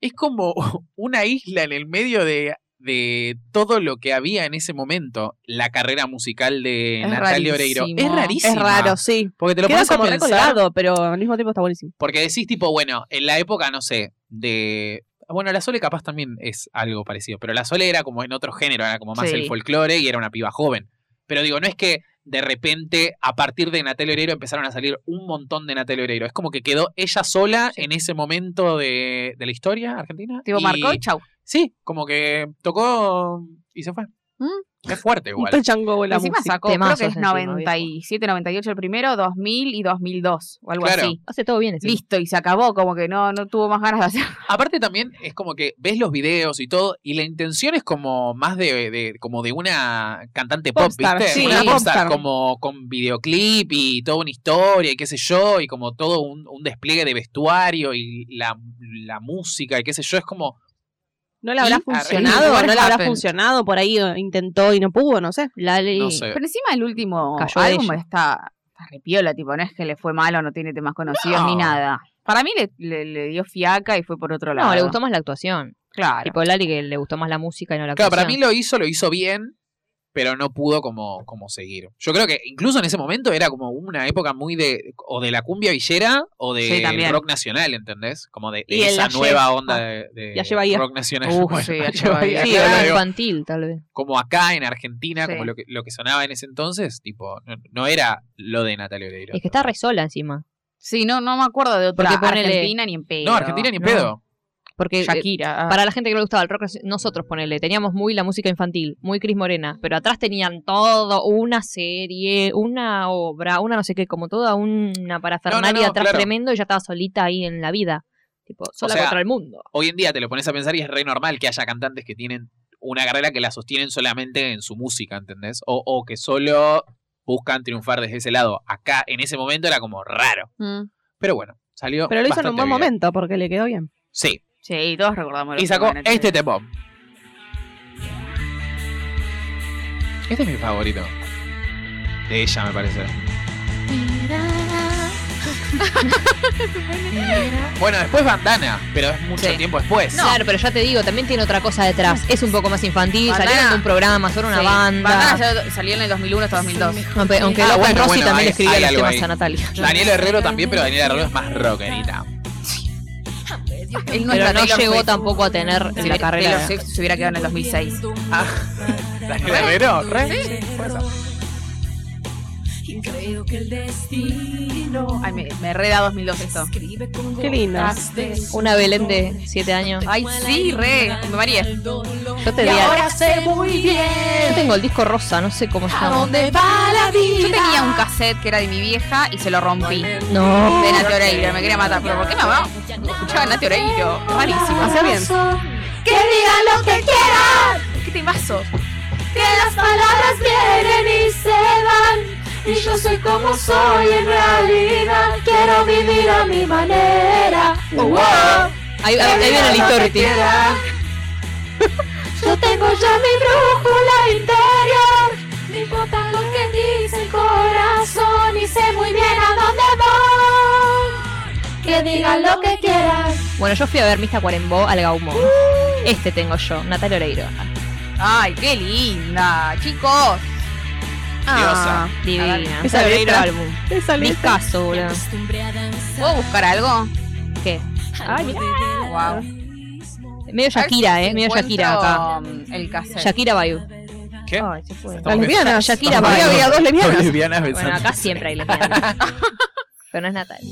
Speaker 1: Es como una isla en el medio de, de todo lo que había en ese momento. La carrera musical de
Speaker 3: Es
Speaker 1: Natalia Oreiro. Es
Speaker 3: rarísimo.
Speaker 1: rarísima.
Speaker 2: Es raro, sí.
Speaker 1: Porque te lo
Speaker 2: Queda
Speaker 1: pones a
Speaker 2: como
Speaker 1: pensar.
Speaker 2: recolgado, pero al mismo tiempo está buenísimo.
Speaker 1: Porque decís, tipo, bueno, en la época, no sé, de. Bueno, la Sole capaz también es algo parecido, pero la Sole era como en otro género, era como más
Speaker 3: Sí.
Speaker 1: el folclore y era una piba joven. Pero digo, no es que de repente, a partir de Natalia Oreiro, empezaron a salir un montón de Natalia Oreiro. Es como que quedó ella sola en ese momento de, de la historia argentina.
Speaker 3: Tipo,
Speaker 1: y-
Speaker 3: marcó y chau.
Speaker 1: Sí, como que tocó y se fue.
Speaker 3: ¿Mm?
Speaker 1: Es fuerte igual.
Speaker 2: Un chango la
Speaker 3: Encima
Speaker 2: música.
Speaker 3: sacó, creo que
Speaker 5: Temazos
Speaker 3: es
Speaker 5: encima,
Speaker 3: 97, 98 el primero, 2000 y 2002 o algo
Speaker 1: Claro.
Speaker 3: así.
Speaker 5: Hace todo bien. ese.
Speaker 3: Listo, y se acabó, como que no, no tuvo más ganas de hacer.
Speaker 1: Aparte también es como que ves los videos y todo, y la intención es como más de, de- como de una cantante pop,
Speaker 2: Popstar,
Speaker 1: ¿viste?
Speaker 2: sí,
Speaker 1: una
Speaker 2: una
Speaker 1: popstar,
Speaker 2: popstar.
Speaker 1: como con videoclip y toda una historia y qué sé yo, y como todo un, un despliegue de vestuario y la, la música y qué sé yo, es como...
Speaker 2: ¿No le habrá
Speaker 1: Y-
Speaker 2: funcionado?
Speaker 3: What
Speaker 2: ¿No le habrá
Speaker 3: happened?
Speaker 2: funcionado? Por ahí eh, intentó y no pudo, no sé.
Speaker 5: Lali.
Speaker 1: No sé.
Speaker 3: Pero encima el último
Speaker 5: Eh, Cayó de
Speaker 3: álbum
Speaker 5: ella.
Speaker 3: está, está repiola, tipo, no es que le fue malo, no tiene temas conocidos ni
Speaker 1: No.
Speaker 3: nada. Para mí le, le- le dio fiaca y fue por otro lado.
Speaker 5: No, le gustó más la actuación.
Speaker 3: Claro.
Speaker 5: Tipo Lali que le gustó más la música y no la
Speaker 1: Claro,
Speaker 5: actuación.
Speaker 1: para mí lo hizo, lo hizo bien, pero no pudo como, como seguir. Yo creo que incluso en ese momento era como una época muy de... o de la cumbia villera o de
Speaker 3: Sí, también.
Speaker 1: rock nacional, ¿entendés? Como de, de
Speaker 2: Y el
Speaker 1: esa
Speaker 2: Ayer.
Speaker 1: nueva onda de, de
Speaker 2: Y Ayer Bahía.
Speaker 1: rock nacional.
Speaker 3: Uf,
Speaker 1: Bueno,
Speaker 3: sí,
Speaker 1: Ayer
Speaker 3: Ayer Bahía.
Speaker 5: Sí,
Speaker 1: claro,
Speaker 5: era
Speaker 1: digo,
Speaker 5: infantil, tal vez.
Speaker 1: como acá en Argentina,
Speaker 3: Sí.
Speaker 1: como lo que, lo que sonaba en ese entonces, tipo, no, no era lo de Natalia Oreiro.
Speaker 5: Es que está re sola encima.
Speaker 3: Sí, no, no me acuerdo de otra
Speaker 5: Porque ponele-
Speaker 3: Argentina ni en pedo.
Speaker 1: No, Argentina ni
Speaker 5: no.
Speaker 1: pedo.
Speaker 5: Porque eh,
Speaker 3: Shakira. ah.
Speaker 5: para la gente que no le gustaba el rock, nosotros ponele, teníamos muy la música infantil, muy Cris Morena, pero atrás tenían todo, una serie, una obra, una no sé qué, como toda una parafernalia
Speaker 1: No, no, no,
Speaker 5: atrás
Speaker 1: claro.
Speaker 5: tremendo y ya estaba solita ahí en la vida. Tipo, sola
Speaker 1: sea,
Speaker 5: contra el mundo.
Speaker 1: Hoy en día te lo pones a pensar y es re normal que haya cantantes que tienen una carrera que la sostienen solamente en su música, ¿entendés? O, o que solo buscan triunfar desde ese lado. Acá, en ese momento, era como raro.
Speaker 3: Mm.
Speaker 1: Pero bueno, salió.
Speaker 2: Pero lo hizo en un
Speaker 1: bastante
Speaker 2: buen
Speaker 1: bien.
Speaker 2: momento porque le quedó bien.
Speaker 1: Sí.
Speaker 3: Sí, todos recordamos. lo
Speaker 1: Y
Speaker 3: que
Speaker 1: sacó
Speaker 3: fue Natalia
Speaker 1: este tempo. Este es mi favorito. De ella, me parece. Bueno, después Bandana, pero es mucho
Speaker 5: Sí.
Speaker 1: tiempo después.
Speaker 5: Claro, pero ya te digo, también tiene otra cosa detrás. Es un poco más infantil,
Speaker 3: Bandana.
Speaker 5: salieron de un programa, son una
Speaker 3: Sí.
Speaker 5: banda.
Speaker 3: Bandana ya salió en el 2001 hasta 2002.
Speaker 5: Aunque, aunque
Speaker 1: Ah,
Speaker 5: López
Speaker 1: bueno,
Speaker 5: Rossi
Speaker 1: bueno,
Speaker 5: también
Speaker 1: hay-
Speaker 5: le escribía
Speaker 1: hay
Speaker 5: los
Speaker 1: algo
Speaker 5: temas
Speaker 1: ahí.
Speaker 5: a Natalia.
Speaker 1: Daniel Herrero también, pero Daniel Herrero es más rockerita.
Speaker 3: Es
Speaker 5: Pero
Speaker 3: nuestra
Speaker 5: no
Speaker 3: Taylor
Speaker 5: llegó
Speaker 3: Swift.
Speaker 5: tampoco a tener
Speaker 3: Si
Speaker 5: la
Speaker 3: la
Speaker 5: carrera.
Speaker 3: Taylor Swift se hubiera quedado en el 2006.
Speaker 1: Ah, Daniel Herrero, re.
Speaker 4: Y creo que el destino
Speaker 3: Ay, me, me reda 2002 esto.
Speaker 4: escribe con
Speaker 2: Qué lindo.
Speaker 4: gotas de
Speaker 5: Una Belén de 7 años.
Speaker 3: Ay, sí, re. Me mareé.
Speaker 5: Yo te
Speaker 4: Y
Speaker 5: di a-
Speaker 4: ahora sé muy bien
Speaker 5: Yo tengo el disco rosa, no sé cómo se
Speaker 4: a
Speaker 5: llama.
Speaker 4: dónde va la vida.
Speaker 3: Yo tenía un cassette que era de mi vieja y se lo rompí. De
Speaker 5: No.
Speaker 3: Nati Oreiro, me quería matar. Pero ¿por qué mamá? Escuchaba a Nati Oreiro. Rarísimo.
Speaker 2: Hace bien.
Speaker 4: Que digan lo que quieran,
Speaker 3: ¿Qué temazo?
Speaker 4: que las palabras vienen y se van. Y yo soy como soy en realidad. Quiero vivir a mi manera. Wow.
Speaker 5: Ahí, ahí- ahí viene el historia.
Speaker 4: Yo tengo ya mi brújula interior. No importa lo que dice el corazón y sé muy bien a dónde voy. Que digan lo que quieran.
Speaker 5: Bueno, yo fui a ver Mista Cuarembó al Gaumont. Este tengo yo, Natalia Oreiro.
Speaker 3: Ay, qué linda, chicos.
Speaker 1: Diosa.
Speaker 5: Divina.
Speaker 2: Esa
Speaker 5: Natalia
Speaker 2: letra.
Speaker 5: Oreiro álbum.
Speaker 2: Esa letra.
Speaker 5: Discaso, boludo.
Speaker 3: ¿Puedo buscar algo?
Speaker 5: ¿Qué? Ay, mirá.
Speaker 3: Wow.
Speaker 5: Medio Shakira, eh. Medio Shakira acá.
Speaker 3: El cassette.
Speaker 5: Shakira Bayu.
Speaker 1: ¿Qué?
Speaker 5: Ay, se fue.
Speaker 1: Estamos
Speaker 2: Las
Speaker 1: bien.
Speaker 2: lesbianas.
Speaker 5: Shakira,
Speaker 2: Había,
Speaker 5: Pablo.
Speaker 2: había dos lesbianas.
Speaker 1: Lesbianas
Speaker 5: Bueno,
Speaker 1: besando.
Speaker 5: acá siempre hay lesbianas. Pero no es Natalia.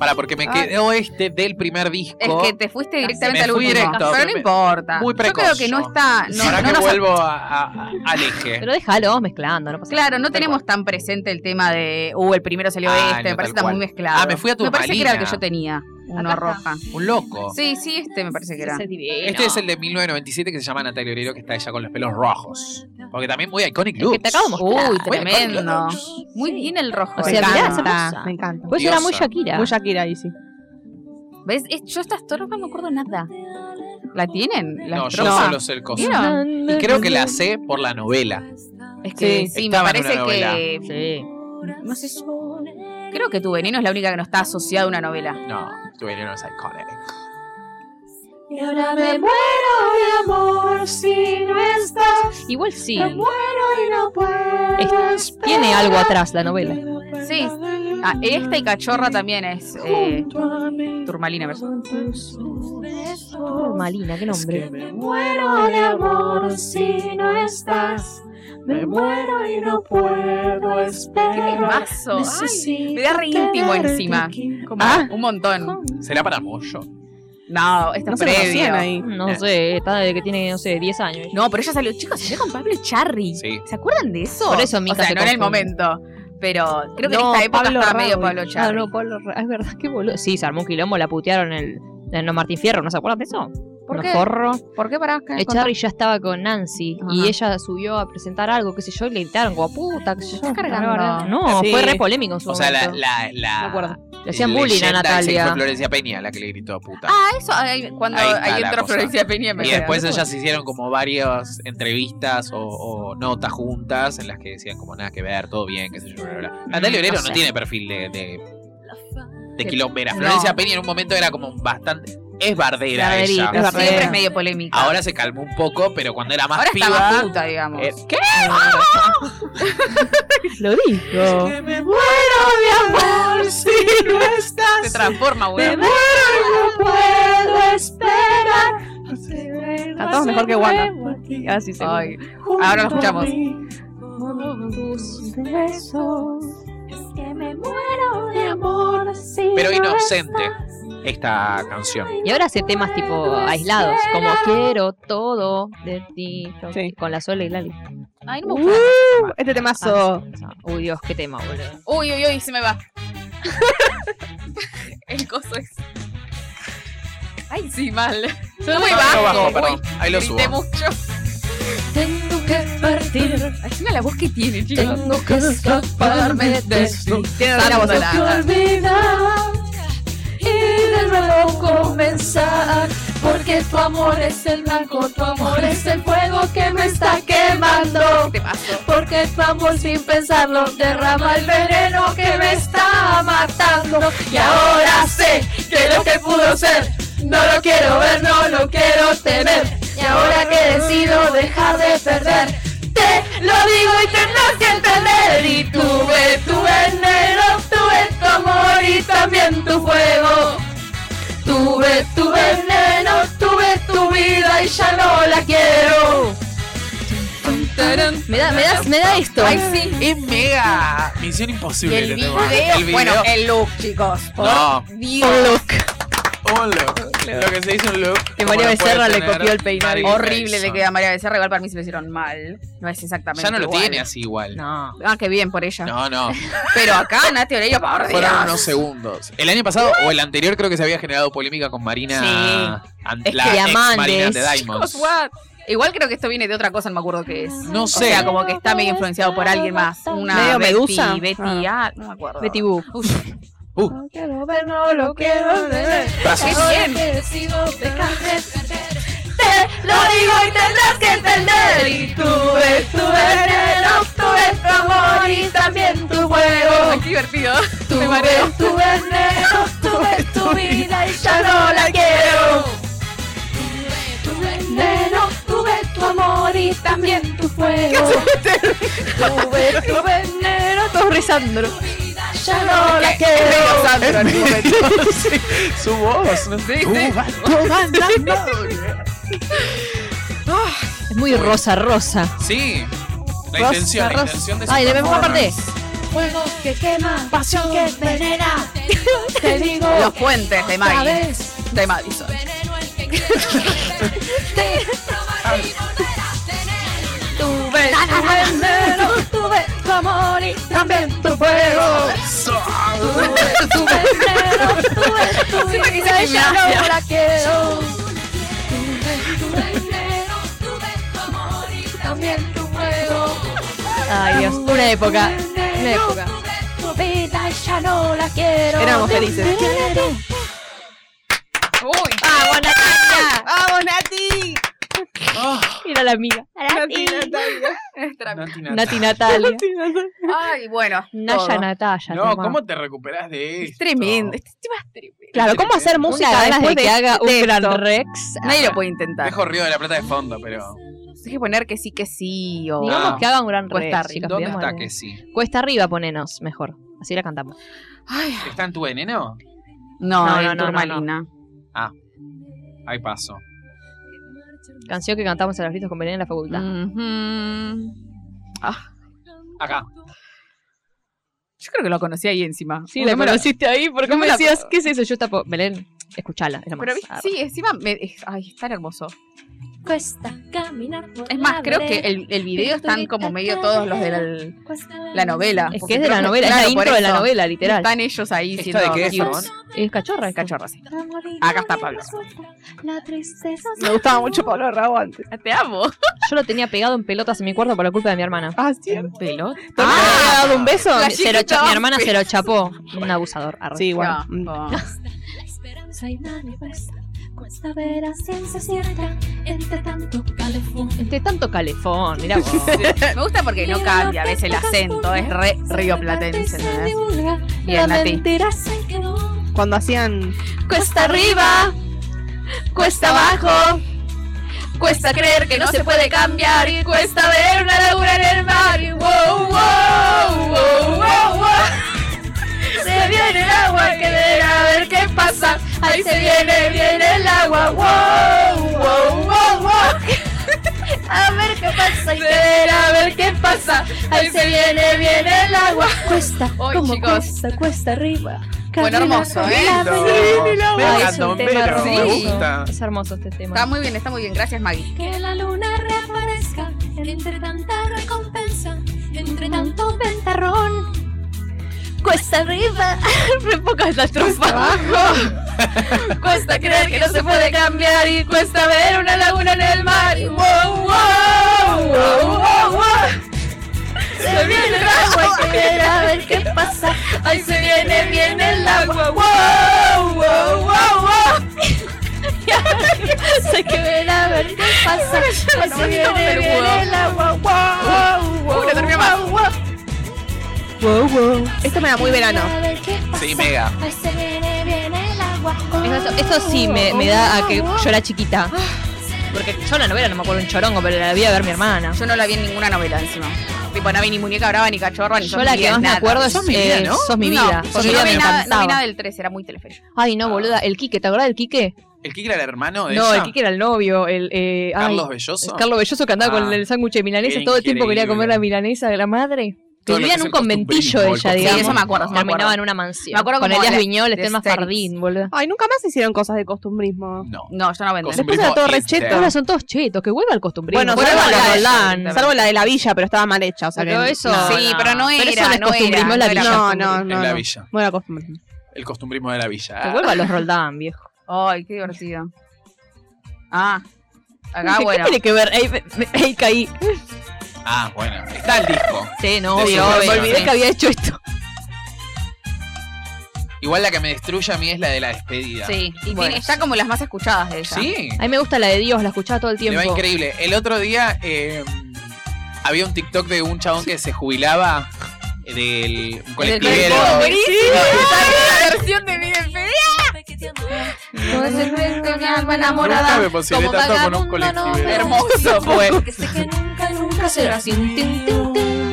Speaker 1: Para, porque me
Speaker 3: Ay.
Speaker 1: quedó este del primer disco.
Speaker 3: Es que te fuiste directamente
Speaker 1: Me
Speaker 3: al
Speaker 1: fui
Speaker 3: último.
Speaker 1: directo,
Speaker 3: pero
Speaker 1: me-
Speaker 3: no importa.
Speaker 1: muy precoz
Speaker 3: Yo creo que no
Speaker 1: yo.
Speaker 3: está. No,
Speaker 1: Ahora
Speaker 3: no
Speaker 1: que
Speaker 3: nos-
Speaker 1: vuelvo a- a- a- al eje.
Speaker 5: Pero déjalo, vamos mezclando, no pasa nada.
Speaker 3: Claro, no tenemos tan presente el tema de. Uh, el primero salió
Speaker 1: Ah,
Speaker 3: este.
Speaker 1: no,
Speaker 3: Me parece que
Speaker 1: tal
Speaker 3: está
Speaker 1: cual.
Speaker 3: muy mezclado.
Speaker 1: Ah, me fui a
Speaker 3: Me parece que era el que
Speaker 1: Turmalina.
Speaker 3: yo tenía. Uno
Speaker 5: Acá
Speaker 3: roja.
Speaker 1: Un loco.
Speaker 3: Sí, sí, este me parece que era.
Speaker 5: Ese es divino.
Speaker 1: Este es el de 1997 que se llama Natalia Oreiro, que está ella con los pelos rojos. Porque también muy iconic
Speaker 5: que
Speaker 1: looks.
Speaker 5: te acabo de mostrar.
Speaker 3: Uy,
Speaker 5: Voy a
Speaker 3: tremendo. Muy bien el rojo.
Speaker 5: O
Speaker 2: Me
Speaker 5: sea,
Speaker 3: me
Speaker 5: mirá,
Speaker 3: encanta.
Speaker 5: esa
Speaker 2: encanta.
Speaker 5: cosa.
Speaker 2: Me encanta.
Speaker 5: Pues era muy
Speaker 1: Diosa.
Speaker 5: Shakira.
Speaker 2: Muy Shakira ahí sí.
Speaker 3: ¿Ves? Es- yo estas torres no me acuerdo nada. ¿La tienen? ¿Las
Speaker 1: No, yo
Speaker 3: trozas?
Speaker 1: solo sé el coso.
Speaker 3: ¿Vieron?
Speaker 1: Y creo que la sé por la novela.
Speaker 3: Es que sí,
Speaker 2: Sí.
Speaker 3: me
Speaker 1: Estaba en
Speaker 3: parece
Speaker 1: una novela.
Speaker 3: que.
Speaker 5: Sí.
Speaker 3: No sé. si- Creo que tu veneno es la única que no está asociada a una novela.
Speaker 1: No, tu veneno es iconic.
Speaker 4: Y ahora me muero de amor si no estás.
Speaker 5: Igual sí.
Speaker 4: Me muero y no puedo.
Speaker 5: Es- tiene algo atrás la novela.
Speaker 3: Sí. Ah, esta y cachorra también es. eh, turmalina, me parece.
Speaker 5: Malina, qué nombre.
Speaker 4: Me muero de amor si no estás. Me muero y no puedo
Speaker 3: ¡Qué
Speaker 4: esperar.
Speaker 3: temazo! Ay,
Speaker 4: Necesito Ah.
Speaker 3: me da re íntimo
Speaker 4: tenerte
Speaker 3: encima.
Speaker 1: Ah.
Speaker 4: aquí.
Speaker 3: Como un montón.
Speaker 1: ¿Será para Moyo?
Speaker 3: No, está
Speaker 2: No se
Speaker 3: previo.
Speaker 2: conocían ahí.
Speaker 5: No
Speaker 1: Eh.
Speaker 5: sé, está desde que tiene, no sé, 10 años.
Speaker 3: No, pero ella salió, chicos, salió con Pablo Echarri.
Speaker 1: Sí.
Speaker 3: ¿Se acuerdan de eso?
Speaker 5: Por eso
Speaker 3: O
Speaker 5: Mica
Speaker 3: sea,
Speaker 5: se
Speaker 3: no en el
Speaker 5: confunde.
Speaker 3: momento. Pero creo que
Speaker 2: No,
Speaker 3: en esta época
Speaker 2: Pablo
Speaker 3: estaba medio
Speaker 2: Raúl.
Speaker 3: Pablo
Speaker 5: Ah,
Speaker 3: Echarri.
Speaker 5: no, Pablo Ra- ah, es verdad, qué boludo. Sí, se armó un quilombo, la putearon el, en no, Martín Fierro, ¿no se acuerdan de eso?
Speaker 3: ¿Por
Speaker 5: Unos
Speaker 3: qué?
Speaker 5: forros.
Speaker 3: ¿Por qué para
Speaker 5: Echarri ya estaba con Nancy
Speaker 3: Ajá.
Speaker 5: y ella subió a presentar algo, qué sé yo, y le gritaron como puta, qué sé yo.
Speaker 3: Estás cargando.
Speaker 5: bla, bla, bla. No,
Speaker 2: Sí.
Speaker 5: fue re polémico en su
Speaker 1: O sea, la.
Speaker 5: momento.
Speaker 1: la, la-
Speaker 5: Me acuerdo. Le hacían bullying a
Speaker 1: leyenda esa que Fue
Speaker 5: Natalia.
Speaker 1: Florencia Peña la que le gritó puta.
Speaker 3: Ah, eso, ahí- cuando
Speaker 1: Ahí está
Speaker 3: ahí
Speaker 1: la
Speaker 3: entró
Speaker 1: cosa.
Speaker 3: Florencia Peña me
Speaker 1: Y
Speaker 3: quedé.
Speaker 1: después ellas hicieron como varias entrevistas o, o notas juntas en las que decían como nada que ver, todo bien, qué sé yo, bla, bla, bla. Natalia Obrero no,
Speaker 5: no sé.
Speaker 1: tiene perfil de, de, de
Speaker 3: De-
Speaker 1: quilombera.
Speaker 3: no.
Speaker 1: Florencia Peña en un momento era como bastante... Es bardera
Speaker 5: Barderita,
Speaker 1: ella.
Speaker 3: Pero
Speaker 5: es
Speaker 3: siempre
Speaker 5: bardera.
Speaker 3: es medio polémica.
Speaker 1: Ahora se calmó un poco, pero cuando era más
Speaker 3: Ahora está más
Speaker 1: piba...
Speaker 3: puta, digamos.
Speaker 1: eh, ¿Qué?
Speaker 5: Lo dijo.
Speaker 1: me muero de amor si no
Speaker 3: Se
Speaker 1: estás.
Speaker 3: transforma, weón.
Speaker 4: No puedo esperar.
Speaker 2: A todos mejor que Wanda. Ahora sí, seguro.
Speaker 3: Ay, Ahora lo escuchamos.
Speaker 4: Es que me muero de amor. si
Speaker 1: Pero
Speaker 4: no
Speaker 1: inocente.
Speaker 4: estás.
Speaker 1: Esta canción.
Speaker 5: Y ahora hace temas tipo aislados, como quiero todo de ti, yo-
Speaker 2: Sí.
Speaker 5: con la Sole y Lali.
Speaker 3: Ay, no me gusta.
Speaker 2: Uh, este
Speaker 5: Ah,
Speaker 2: temazo.
Speaker 5: Uy, Dios, qué tema, boludo.
Speaker 3: Uy, uy, uy, se me va. El coso es. Ay, sí, mal. Soy muy
Speaker 1: No,
Speaker 3: bajo.
Speaker 1: no, bajo,
Speaker 3: Uy,
Speaker 1: perdón. Ahí lo
Speaker 3: grité
Speaker 1: subo.
Speaker 3: mucho.
Speaker 4: Tengo que partir.
Speaker 3: Ay, mira la voz que tiene, chicos.
Speaker 4: Tengo que escaparme de esto.
Speaker 3: Tiene
Speaker 2: la voz.
Speaker 4: que olvidar y de nuevo comenzar. Porque tu amor es el blanco, tu amor es el fuego que me está quemando.
Speaker 3: Te paso.
Speaker 4: Porque tu amor sin pensarlo derrama el veneno que me está matando. Y ahora sé que lo que pudo ser, no lo quiero ver, no lo quiero tener. Y ahora que decido dejar de perder, te lo digo y tendrás que entender. Y tuve tu veneno, tuve tu amor y también tu fuego. Tuve tu veneno, tuve tu vida y ya no la quiero.
Speaker 5: Me da, me da, me da esto.
Speaker 3: Ay, sí.
Speaker 1: Es mega misión
Speaker 3: Y
Speaker 1: imposible.
Speaker 3: el
Speaker 1: este
Speaker 3: video,
Speaker 1: tema. El video.
Speaker 3: Bueno, el look, chicos. Por
Speaker 1: No.
Speaker 3: Dios.
Speaker 1: Un look. Lo que se hizo un look.
Speaker 5: Que
Speaker 1: como lo
Speaker 5: María Becerra
Speaker 1: puede
Speaker 5: le
Speaker 1: tener
Speaker 5: copió el peinado.
Speaker 1: Marilyn
Speaker 3: Horrible le
Speaker 1: Manson.
Speaker 3: queda a María Becerra. Igual para mí se lo hicieron mal. No es exactamente.
Speaker 1: Ya no lo
Speaker 3: igual.
Speaker 1: tiene así igual. No,
Speaker 5: No.
Speaker 3: Ah, qué bien por ella.
Speaker 1: no.
Speaker 3: Pero acá Nati Oreiro, por Dios.
Speaker 1: Fueron unos segundos. El año pasado o el anterior creo que se había generado polémica con Marina. An-
Speaker 5: Es
Speaker 1: la
Speaker 5: que
Speaker 1: ex
Speaker 5: amantes,
Speaker 1: Marina de Diamonds.
Speaker 3: Chicos, what? Igual creo que esto viene de otra cosa, no me acuerdo qué es.
Speaker 1: No
Speaker 3: O
Speaker 1: sé.
Speaker 3: sea, como que está medio influenciado por alguien más. Una
Speaker 2: ¿Medio
Speaker 3: Betty,
Speaker 2: Medusa?
Speaker 3: Betty, ah, no me acuerdo.
Speaker 5: Betty Boo.
Speaker 1: Uh,
Speaker 4: No quiero ver, no lo quiero ver.
Speaker 1: brazos.
Speaker 3: Qué bien.
Speaker 4: Te lo digo y tendrás que entender. Y tuve tu veneno, tuve tu amor y también tu
Speaker 3: Ay,
Speaker 4: juego.
Speaker 3: qué divertido.
Speaker 4: Tuve
Speaker 3: Me mareo.
Speaker 4: tu veneno, tuve tu vida y ya no la quiero. Tuve tu veneno, tuve tu amor y también tu fuego. Tuve tu veneno,
Speaker 2: Todos rezando.
Speaker 4: ya no la quiero.
Speaker 3: Sandro, en un momento.
Speaker 1: Sí, Su voz. ¿no?
Speaker 3: Sí,
Speaker 1: Tú
Speaker 3: sí.
Speaker 1: vas todas las noches.
Speaker 5: Es muy rosa, rosa.
Speaker 1: Sí. La
Speaker 2: Rosa,
Speaker 1: intención, la
Speaker 2: Rosa.
Speaker 1: intención de su
Speaker 5: Ay, le vemos aparte.
Speaker 1: performance.
Speaker 4: Fuego que quema, pasión que envenena. Te digo
Speaker 3: Los puentes de
Speaker 4: otra
Speaker 3: Maggie.
Speaker 4: vez.
Speaker 3: De Madison.
Speaker 4: Te... Tuve tu veneno, tuve tu amor y también tu fuego.
Speaker 1: Eso.
Speaker 4: Tuve tu veneno, tuve tu
Speaker 3: Siento que
Speaker 4: vida
Speaker 3: hice
Speaker 4: y ya
Speaker 3: gimnasia.
Speaker 4: no la quiero. Tuve tu veneno, tuve tu amor y también tu fuego.
Speaker 5: Ay, Dios. Una época. Una
Speaker 4: Veneno,
Speaker 5: época.
Speaker 4: tuve tu vida y ya no la quiero.
Speaker 2: Éramos felices.
Speaker 3: Uy,
Speaker 5: ¡Vamos, Natalia!
Speaker 2: ¡Vamos, Nati!
Speaker 1: Ah,
Speaker 5: Mira la amiga.
Speaker 3: nuestra amiga.
Speaker 1: Nati, Nati.
Speaker 5: Nati Natalia.
Speaker 3: Ay, bueno.
Speaker 5: Naya
Speaker 3: todo.
Speaker 5: Natalia.
Speaker 1: No,
Speaker 5: toma.
Speaker 1: ¿cómo te recuperás de esto?
Speaker 3: Es tremendo. Este tema es tremendo.
Speaker 2: Claro, ¿cómo hacer música
Speaker 5: Música ganas
Speaker 2: después
Speaker 5: de
Speaker 2: de
Speaker 5: que haga
Speaker 2: de
Speaker 5: un gran
Speaker 2: esto?
Speaker 5: Rex.
Speaker 3: Nadie lo puede intentar.
Speaker 1: Dejo Río de la Plata de fondo, pero.
Speaker 3: Hay que poner que sí, que sí. O...
Speaker 5: Digamos que haga un gran
Speaker 3: Cuesta
Speaker 5: Rex.
Speaker 3: arriba.
Speaker 5: chicas,
Speaker 1: ¿Dónde
Speaker 5: pidamos
Speaker 1: está
Speaker 5: algo.
Speaker 1: que sí?
Speaker 5: Ah. Cuesta arriba, ponenos, mejor. Así la cantamos.
Speaker 3: Ay,
Speaker 1: ¿Está en tu veneno?
Speaker 3: no,
Speaker 5: No,
Speaker 3: el
Speaker 5: no, no, no,
Speaker 3: Turmalina.
Speaker 1: Ahí paso.
Speaker 5: Canción que cantamos a los gritos con Belén en la facultad.
Speaker 3: Ujú.
Speaker 1: Acá.
Speaker 3: Yo creo que lo conocí ahí encima.
Speaker 5: Sí, la
Speaker 3: Número-
Speaker 5: conociste ahí porque
Speaker 3: no
Speaker 5: me
Speaker 3: me la-
Speaker 5: decías, ¿qué es eso? Yo tapo, Belén, Escuchala, es lo más.
Speaker 3: Pero ¿viste?
Speaker 5: Ah,
Speaker 3: sí, encima, me- es- ay, es tan hermoso.
Speaker 4: Cuesta caminar por
Speaker 3: Es más,
Speaker 4: la
Speaker 3: creo que
Speaker 4: vereda.
Speaker 3: el, el video están como medio todos los de la,
Speaker 4: Cuesta
Speaker 3: la novela.
Speaker 5: Es que
Speaker 3: porque
Speaker 5: es de la
Speaker 3: creo
Speaker 5: novela, es
Speaker 3: claro,
Speaker 5: la
Speaker 3: por
Speaker 5: intro de la
Speaker 3: eso
Speaker 5: novela, literal.
Speaker 3: Están ellos ahí
Speaker 1: ¿Esto
Speaker 3: siendo
Speaker 1: de qué es,
Speaker 3: cute.
Speaker 1: Ramón?
Speaker 5: Es cachorra,
Speaker 3: Es
Speaker 5: es
Speaker 3: cachorra, sí.
Speaker 4: Acá está Pablo. La tristeza
Speaker 2: Me gustaba mucho Pablo Rago antes.
Speaker 3: Te amo.
Speaker 5: Yo lo tenía pegado en pelotas en mi cuarto por la culpa de mi hermana. Ah,
Speaker 2: Ah, sí.
Speaker 3: Pelota.
Speaker 2: ¿Te había dado un beso?
Speaker 3: La
Speaker 5: Se lo
Speaker 3: chiquita
Speaker 5: cha- mi
Speaker 3: va-
Speaker 5: hermana se lo chapó. Un abusador. arre.
Speaker 2: Sí, bueno. Mm.
Speaker 3: No.
Speaker 4: La esperanza y manifiesta. Cuesta ver a ciencia cierta entre tanto calefón.
Speaker 5: Entre Este, tanto calefón, mirá vos.
Speaker 3: Me gusta porque no cambia, ves el acento, es re rioplatense, ¿entendés? Bien,
Speaker 4: la
Speaker 3: Nati.
Speaker 4: mentira se quedó.
Speaker 2: Cuando hacían.
Speaker 3: Cuesta arriba, cuesta abajo, cuesta creer que no se puede cambiar y cuesta ver una laguna en el mar. Y wow, wow, wow, wow, wow. Se viene el agua, hay que ver a ver qué pasa. Ahí se viene, viene el agua. Wow, wow, wow, wow. A ver qué pasa, hay que ver a ver qué pasa. Ahí se viene, viene el agua.
Speaker 4: Cuesta,
Speaker 3: Hoy,
Speaker 4: como
Speaker 3: chicos.
Speaker 4: cuesta, cuesta arriba.
Speaker 3: Bueno, hermoso, ¿eh?
Speaker 4: agua.
Speaker 1: Venga,
Speaker 4: Es un
Speaker 1: Dombero,
Speaker 4: tema
Speaker 1: me
Speaker 3: hermoso.
Speaker 1: gusta.
Speaker 5: Es hermoso este tema.
Speaker 3: muy bien, está muy bien. Gracias, Maggie.
Speaker 4: Que la luna reaparezca entre tanta recompensa, entre tanto ventarrón. Cuesta arriba.
Speaker 3: Re pocas las trompas. abajo. cuesta creer que no se puede cambiar y cuesta ver una laguna en el mar. Y wow, wow, wow, wow, wow. Se viene el agua, hay que ver a ver qué pasa. Ahí se viene, viene el agua. Wow, wow, wow, wow.
Speaker 4: Hay que ver a ver qué pasa.
Speaker 3: Ahí se viene, viene el agua.
Speaker 5: Uh,
Speaker 3: Wow, wow, wow, wow.
Speaker 2: Esto me da muy verano.
Speaker 4: A ver qué pasa.
Speaker 1: Sí, mega.
Speaker 4: Ahí se viene, viene el agua. Oh.
Speaker 5: Eso, eso sí me, me da a que yo era chiquita. Porque yo la novela no me acuerdo un chorongo, pero la vi a ver mi hermana.
Speaker 3: Yo no la vi en ninguna novela encima. Tipo, no vi ni muñeca brava, ni cachorro, ni
Speaker 5: Yo la que más me acuerdo es
Speaker 1: Sos mi vida,
Speaker 5: eh,
Speaker 1: ¿no?
Speaker 5: Sos mi vida.
Speaker 3: No,
Speaker 5: Sos mi
Speaker 3: yo no
Speaker 5: vida me
Speaker 3: vi, nada, no vi
Speaker 5: encantaba.
Speaker 3: nada del 3, era muy telefe.
Speaker 5: Ay, no, boluda. El Quique, ¿te acordás del Quique?
Speaker 1: ¿El Kikra era el hermano de
Speaker 5: No,
Speaker 1: ella?
Speaker 5: el Quique era el novio. El, eh, ay,
Speaker 1: ¿Carlos Belloso?
Speaker 5: Carlos Belloso que andaba
Speaker 1: Ah.
Speaker 5: con el sándwich de milanesa
Speaker 1: Qué
Speaker 5: todo el tiempo quería
Speaker 1: increíble.
Speaker 5: comer la milanesa de la madre.
Speaker 1: Todo lo que
Speaker 5: Vivía en
Speaker 1: es
Speaker 5: un
Speaker 1: el
Speaker 5: conventillo
Speaker 1: costumbrismo, el
Speaker 5: ella,
Speaker 1: costumbrismo.
Speaker 5: digamos.
Speaker 3: Sí, eso me acuerdo, eso me acuerdo.
Speaker 5: Terminaba en una mansión.
Speaker 3: Me acuerdo
Speaker 5: con
Speaker 3: como
Speaker 5: Elías
Speaker 3: la-
Speaker 5: Viñol,
Speaker 3: de
Speaker 5: Telma
Speaker 3: Asterix.
Speaker 5: Fardín, boludo.
Speaker 2: Ay, nunca más hicieron cosas de costumbrismo.
Speaker 1: No.
Speaker 3: No, yo no vendé.
Speaker 1: Costumbrismo
Speaker 2: Después era todo
Speaker 1: hipster.
Speaker 2: recheto.
Speaker 5: Ahora son todos chetos, que vuelva al costumbrismo.
Speaker 2: Bueno,
Speaker 5: Vuelva
Speaker 2: salvo
Speaker 5: a
Speaker 2: la de-
Speaker 5: Roland.
Speaker 2: Salvo la de la villa, pero estaba mal hecha. O sea
Speaker 5: Pero
Speaker 2: que-
Speaker 5: eso-
Speaker 2: No,
Speaker 3: Sí, pero no era,
Speaker 5: Pero eso no es
Speaker 3: no era,
Speaker 5: costumbrismo, es
Speaker 3: no
Speaker 5: la
Speaker 3: era
Speaker 5: villa.
Speaker 2: no,
Speaker 5: costumbrismo.
Speaker 2: no, no.
Speaker 1: en la
Speaker 2: no.
Speaker 1: villa.
Speaker 2: No era costumbrismo.
Speaker 1: El costumbrismo de la villa.
Speaker 5: Que vuelva a los Roldán, viejo.
Speaker 3: Ay, qué divertido. Ah, acá
Speaker 5: ¿Qué
Speaker 3: bueno.
Speaker 5: tiene que ver? Ey, me- me- ey, caí.
Speaker 1: Ah, bueno. Está el disco.
Speaker 5: Sí, no,
Speaker 1: Sí,
Speaker 5: obvio,
Speaker 1: sí,
Speaker 5: obvio.
Speaker 1: sí.
Speaker 5: Me olvidé que había hecho esto.
Speaker 1: Igual la que me destruye a mí es la de la despedida.
Speaker 3: Sí, y
Speaker 5: Bueno.
Speaker 3: tiene- está como las más escuchadas de ella.
Speaker 1: Sí.
Speaker 5: A mí me gusta la de Dios, la escuchaba todo el
Speaker 1: Me va
Speaker 5: tiempo.
Speaker 1: increíble. El otro día eh, había un TikTok de un chabón que se jubilaba del un colectivero.
Speaker 5: colectivo,
Speaker 1: No,
Speaker 3: la versión de mi mi alma
Speaker 1: Nunca me posibilité
Speaker 3: como
Speaker 1: tanto con un
Speaker 3: vagabundo, no,
Speaker 1: colectivero.
Speaker 3: Hermoso fue.
Speaker 5: pues.
Speaker 4: Que sé que nunca, nunca será así. Tin, tin, tin.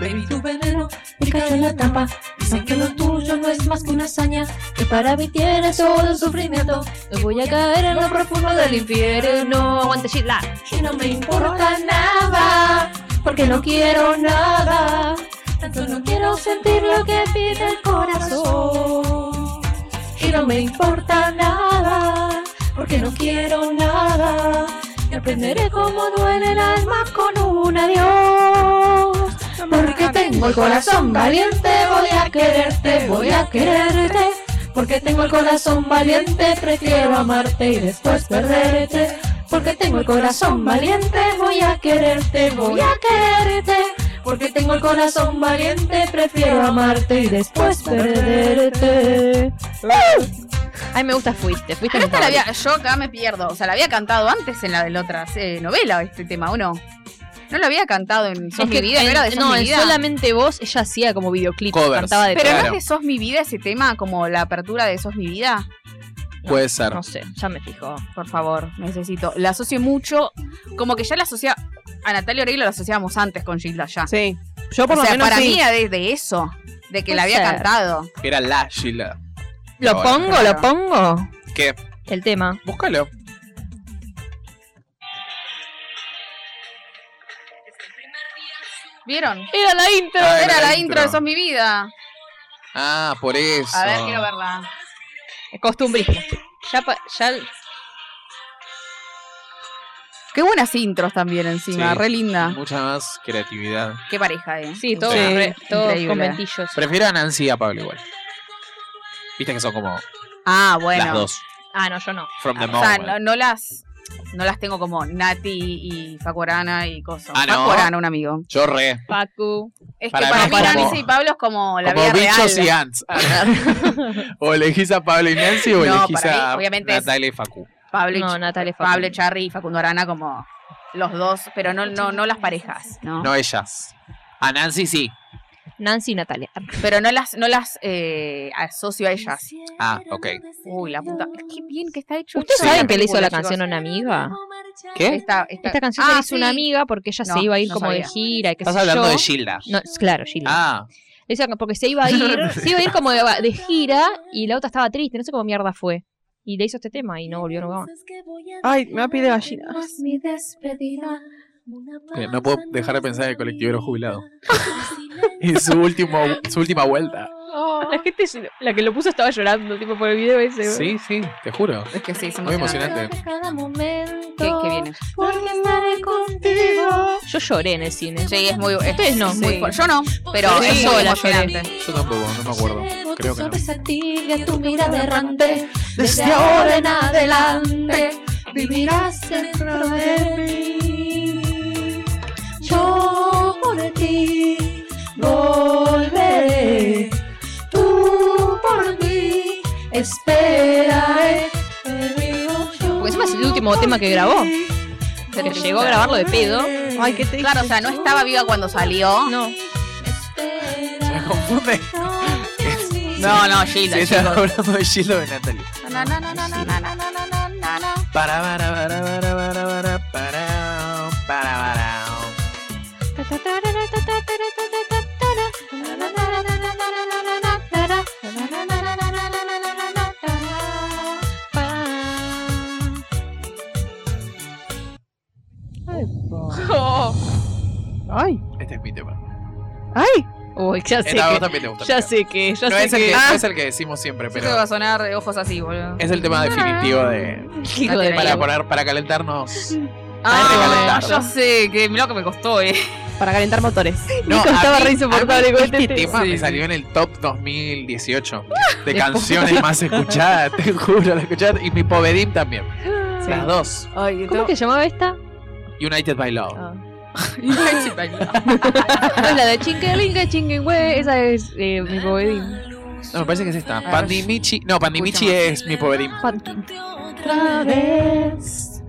Speaker 4: Baby, tu veneno, pícate en la tapa. Dicen que lo tuyo no es más que una hazaña. Que para mí tienes todo el sufrimiento. Que voy a caer en lo profundo del infierno.
Speaker 5: Aguante, Gilda.
Speaker 4: Y no me importa nada, porque no quiero nada. Tanto no quiero sentir lo que pide el corazón. Y no me importa nada, porque no quiero nada. Y aprenderé cómo duele el alma con un adiós. Porque tengo el corazón valiente, voy a quererte, voy a quererte. Porque tengo el corazón valiente, prefiero amarte y después perderte. Porque tengo el corazón valiente, voy a quererte, voy a quererte. Porque tengo el corazón valiente, prefiero amarte y después perderte.
Speaker 5: A mí me gusta Fuiste.
Speaker 3: Pero
Speaker 5: Fuiste mi
Speaker 3: esta la
Speaker 5: favorita.
Speaker 3: había, yo acá me pierdo. O sea, la había cantado antes en la de la otra eh, novela, este tema, ¿o no? No la había cantado en Sos
Speaker 5: Es
Speaker 3: mi
Speaker 5: que
Speaker 3: vida,
Speaker 5: en-
Speaker 3: no era de Sos
Speaker 5: no,
Speaker 3: mi
Speaker 5: en
Speaker 3: vida.
Speaker 5: solamente vos, ella hacía como videoclip.
Speaker 1: Covers.
Speaker 5: Cantaba de
Speaker 3: Pero
Speaker 5: todo.
Speaker 3: no es
Speaker 1: Claro.
Speaker 3: de Sos mi vida ese tema, como la apertura de Sos mi vida.
Speaker 1: Puede ser.
Speaker 5: No sé, ya me fijo.
Speaker 3: Por favor, necesito. La asocio mucho. Como que ya la asocia. A Natalia Oreiro la asociábamos antes con Gilda ya.
Speaker 2: Sí. Yo por
Speaker 3: o
Speaker 2: lo
Speaker 3: sea,
Speaker 2: menos
Speaker 3: para
Speaker 2: sí.
Speaker 3: mí era desde eso, de que la
Speaker 5: Puede
Speaker 3: había
Speaker 5: ser.
Speaker 3: cantado.
Speaker 1: Era la Gilda.
Speaker 5: ¿Lo
Speaker 1: Ahora.
Speaker 5: pongo?
Speaker 3: claro.
Speaker 5: ¿Lo pongo?
Speaker 1: ¿Qué?
Speaker 5: El tema.
Speaker 1: Búscalo.
Speaker 3: ¿Vieron?
Speaker 5: Era la intro.
Speaker 1: Ah,
Speaker 3: Era la intro de Sos mi vida.
Speaker 1: Ah, por eso.
Speaker 3: A ver, quiero verla.
Speaker 5: Costumbrismo. Ya, pa- ya-
Speaker 3: Qué buenas intros también encima,
Speaker 1: Sí.
Speaker 3: re linda.
Speaker 1: Ah. Mucha más creatividad.
Speaker 3: Qué pareja, eh.
Speaker 5: sí, todos,
Speaker 1: Sí.
Speaker 5: re- todos
Speaker 3: Increíble.
Speaker 5: con ventillos.
Speaker 1: Prefiero a Nancy y a Pablo igual. Viste que son como
Speaker 3: Ah, bueno.
Speaker 1: las dos.
Speaker 5: Ah, no, yo no.
Speaker 1: From the
Speaker 3: O sea,
Speaker 1: moment.
Speaker 3: no, no las no las tengo como Nati y Facorana y cosas.
Speaker 1: Ah, ¿no?
Speaker 3: Facorana, un amigo.
Speaker 1: Yo re.
Speaker 5: Pacu.
Speaker 3: Es
Speaker 1: Para
Speaker 3: que para
Speaker 1: mí
Speaker 3: mí
Speaker 1: como-
Speaker 3: Nancy y Pablo es como la
Speaker 1: como
Speaker 3: vida
Speaker 1: bichos
Speaker 3: real.
Speaker 1: y ants. o elegís a Pablo y Nancy o
Speaker 3: No,
Speaker 1: elegís
Speaker 3: para mí,
Speaker 1: a
Speaker 3: obviamente es-
Speaker 1: Natalia y Facu.
Speaker 3: Pablo y
Speaker 5: No, Natalia Facu.
Speaker 3: Pablo, Charry y Facundo Arana como los dos, pero no, no, no las parejas, ¿no?
Speaker 1: No ellas. A Nancy sí.
Speaker 5: Nancy y Natalia.
Speaker 3: Pero no las, no las eh, asocio a ellas.
Speaker 1: Ah, ok.
Speaker 3: Uy, la puta. Qué bien que está hecho.
Speaker 5: ¿Ustedes
Speaker 1: Sí,
Speaker 5: saben
Speaker 1: la
Speaker 5: que le hizo la
Speaker 3: película,
Speaker 5: canción a una amiga?
Speaker 1: ¿Qué?
Speaker 3: Esta, esta-
Speaker 5: Esta canción
Speaker 3: Ah,
Speaker 5: la hizo una
Speaker 3: sí.
Speaker 5: amiga porque ella
Speaker 3: No,
Speaker 5: se iba a ir
Speaker 3: no
Speaker 5: como de
Speaker 3: sabía.
Speaker 5: gira y qué
Speaker 1: Estás
Speaker 5: sé
Speaker 1: hablando
Speaker 5: yo.
Speaker 1: de Gilda.
Speaker 5: No, es- claro, Gilda.
Speaker 1: Ah,
Speaker 5: Le hizo- porque se iba a ir, se iba a ir como de, de gira y la otra estaba triste, no sé cómo mierda fue. Y le hizo este tema y no volvió nunca más.
Speaker 2: Ay, me da piel de gallina.
Speaker 4: mi despedida.
Speaker 1: Pero no puedo dejar de pensar en el colectivero jubilado. y su, último, su última vuelta.
Speaker 5: La gente, la que lo puso estaba llorando, tipo, por el video ese.
Speaker 1: Sí, sí, te juro.
Speaker 3: Es que sí, es
Speaker 1: Muy
Speaker 3: emocionante.
Speaker 1: emocionante.
Speaker 4: Cada momento.
Speaker 3: ¿Qué, qué viene?
Speaker 4: Porque estaré contigo.
Speaker 5: Yo lloré en el cine.
Speaker 3: Sí, es muy. es-
Speaker 5: Ustedes no,
Speaker 3: muy
Speaker 5: sí.
Speaker 3: fuerte. Yo no, pero
Speaker 5: Yo
Speaker 3: es muy
Speaker 5: sola
Speaker 3: emocionante.
Speaker 1: Yo tampoco, no me acuerdo. Creo
Speaker 4: Llevo tu
Speaker 1: que no.
Speaker 4: sonrisa tibia, tu mirada errante. Desde ahora en adelante vivirás dentro de mí. Yo por ti volveré. Tú por mí esperaré.
Speaker 5: Porque
Speaker 3: Pues
Speaker 5: encima es el último tema que grabó. Se que llegó a grabarlo de pedo.
Speaker 2: Ay, qué triste.
Speaker 3: Claro, o sea, no estaba viva cuando salió.
Speaker 5: No.
Speaker 1: Se me confunde.
Speaker 3: No, no, Gilda,
Speaker 1: Sí, estaba
Speaker 3: chicos.
Speaker 1: hablando de Gilda o de Natalia.
Speaker 3: Na, na, na, na, na, na, na, na, na, na, na.
Speaker 1: Para, para, para, para, para, para, para, para, para.
Speaker 2: Ay,
Speaker 1: Este es mi tema.
Speaker 2: ay.
Speaker 5: Uy, ya sé
Speaker 1: Esta a vos
Speaker 5: que.
Speaker 1: también te gusta.
Speaker 5: Ya
Speaker 1: Mica.
Speaker 5: sé que, ya
Speaker 1: No
Speaker 5: sé
Speaker 1: es el
Speaker 5: que.
Speaker 1: que,
Speaker 5: Ah,
Speaker 1: no es el que decimos siempre,
Speaker 3: Yo creo que va
Speaker 1: pero
Speaker 3: a sonar de ojos así, boludo.
Speaker 1: es el
Speaker 5: Ah.
Speaker 1: tema definitivo de
Speaker 5: hijo de
Speaker 1: para
Speaker 5: la-
Speaker 1: poner para calentarnos.
Speaker 3: Ah,
Speaker 1: Antes de
Speaker 3: yo
Speaker 1: calentar.
Speaker 3: sé, que mirá lo que me costó, eh.
Speaker 2: Para calentar motores.
Speaker 1: No,
Speaker 5: Nico estaba
Speaker 1: a mí-
Speaker 5: re
Speaker 1: a mí
Speaker 5: insoportable con este
Speaker 1: Este tema
Speaker 5: tema.
Speaker 1: me salió en el top 2018 de canciones más escuchadas, te juro, la escuchás. Y mi Povedim también. Las dos.
Speaker 3: Ay,
Speaker 5: ¿Cómo que se llamaba esta?
Speaker 1: United by Love.
Speaker 5: Ah. No es la de chinguelinga, chingüe, esa es eh, mi povedín.
Speaker 1: No, me parece que es esta.
Speaker 3: ver.
Speaker 1: Pandimichi. No, Pandimichi
Speaker 3: Escucha
Speaker 1: es mi Povedim.
Speaker 4: Otra vez,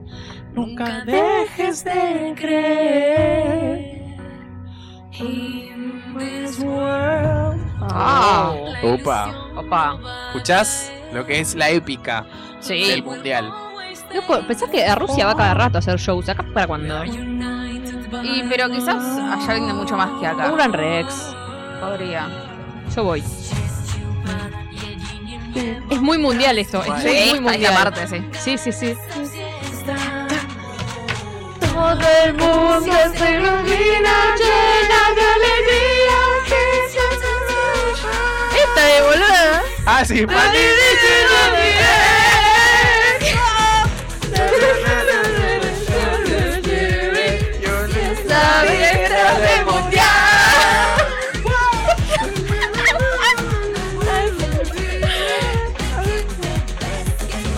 Speaker 4: nunca dejes de creer. In this world,
Speaker 3: Ah,
Speaker 1: Opa.
Speaker 3: opa.
Speaker 1: ¿Escuchás lo que es la épica
Speaker 3: Sí.
Speaker 1: del mundial?
Speaker 5: Loco, pensás que a Rusia va cada rato a hacer shows. Acá para cuando.
Speaker 3: Y, pero quizás allá vende mucho más que acá.
Speaker 5: Un gran Rex.
Speaker 3: Podría.
Speaker 5: Yo voy. Es muy mundial esto. Es
Speaker 1: Sí,
Speaker 5: muy, muy
Speaker 3: esta, esta
Speaker 5: mundial.
Speaker 3: parte, sí.
Speaker 5: Sí, sí, sí.
Speaker 4: Todo el mundo se ilumina, llena de alegría. que se hace
Speaker 5: Esta de boluda.
Speaker 1: Ah, sí,
Speaker 4: La vida del mundial.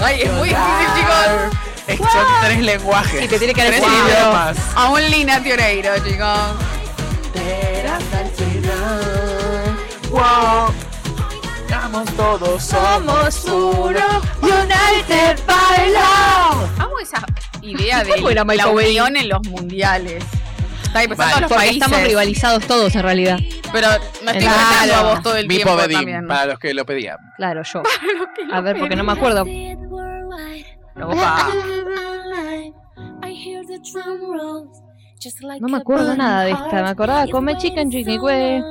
Speaker 3: Ay, es muy difícil, chicos.
Speaker 1: Eh, Son tres lenguajes.
Speaker 5: Sí, te tiene que haber
Speaker 1: tres
Speaker 5: jugado.
Speaker 1: idiomas.
Speaker 3: A un Lina Tioreiro, chicos.
Speaker 1: Wow. Vamos todos, somos uno.
Speaker 4: United by love.
Speaker 3: Amo esa idea de
Speaker 5: ¿Cómo era
Speaker 3: la
Speaker 5: Michael Bay?
Speaker 3: unión en los mundiales. Está ahí pensando
Speaker 1: Mal.
Speaker 3: en los
Speaker 5: Porque
Speaker 3: países.
Speaker 5: estamos rivalizados todos en realidad.
Speaker 3: Pero me estoy
Speaker 5: Claro.
Speaker 3: metiendo a vos todo el
Speaker 1: Mi
Speaker 3: tiempo
Speaker 1: Povedim,
Speaker 3: también.
Speaker 1: para los que lo pedían.
Speaker 5: Claro, yo. A ver, porque no me acuerdo. Ah.
Speaker 3: Opa.
Speaker 5: Ah, No me acuerdo nada de esta. Me acordaba Come Chicken Chicken Way.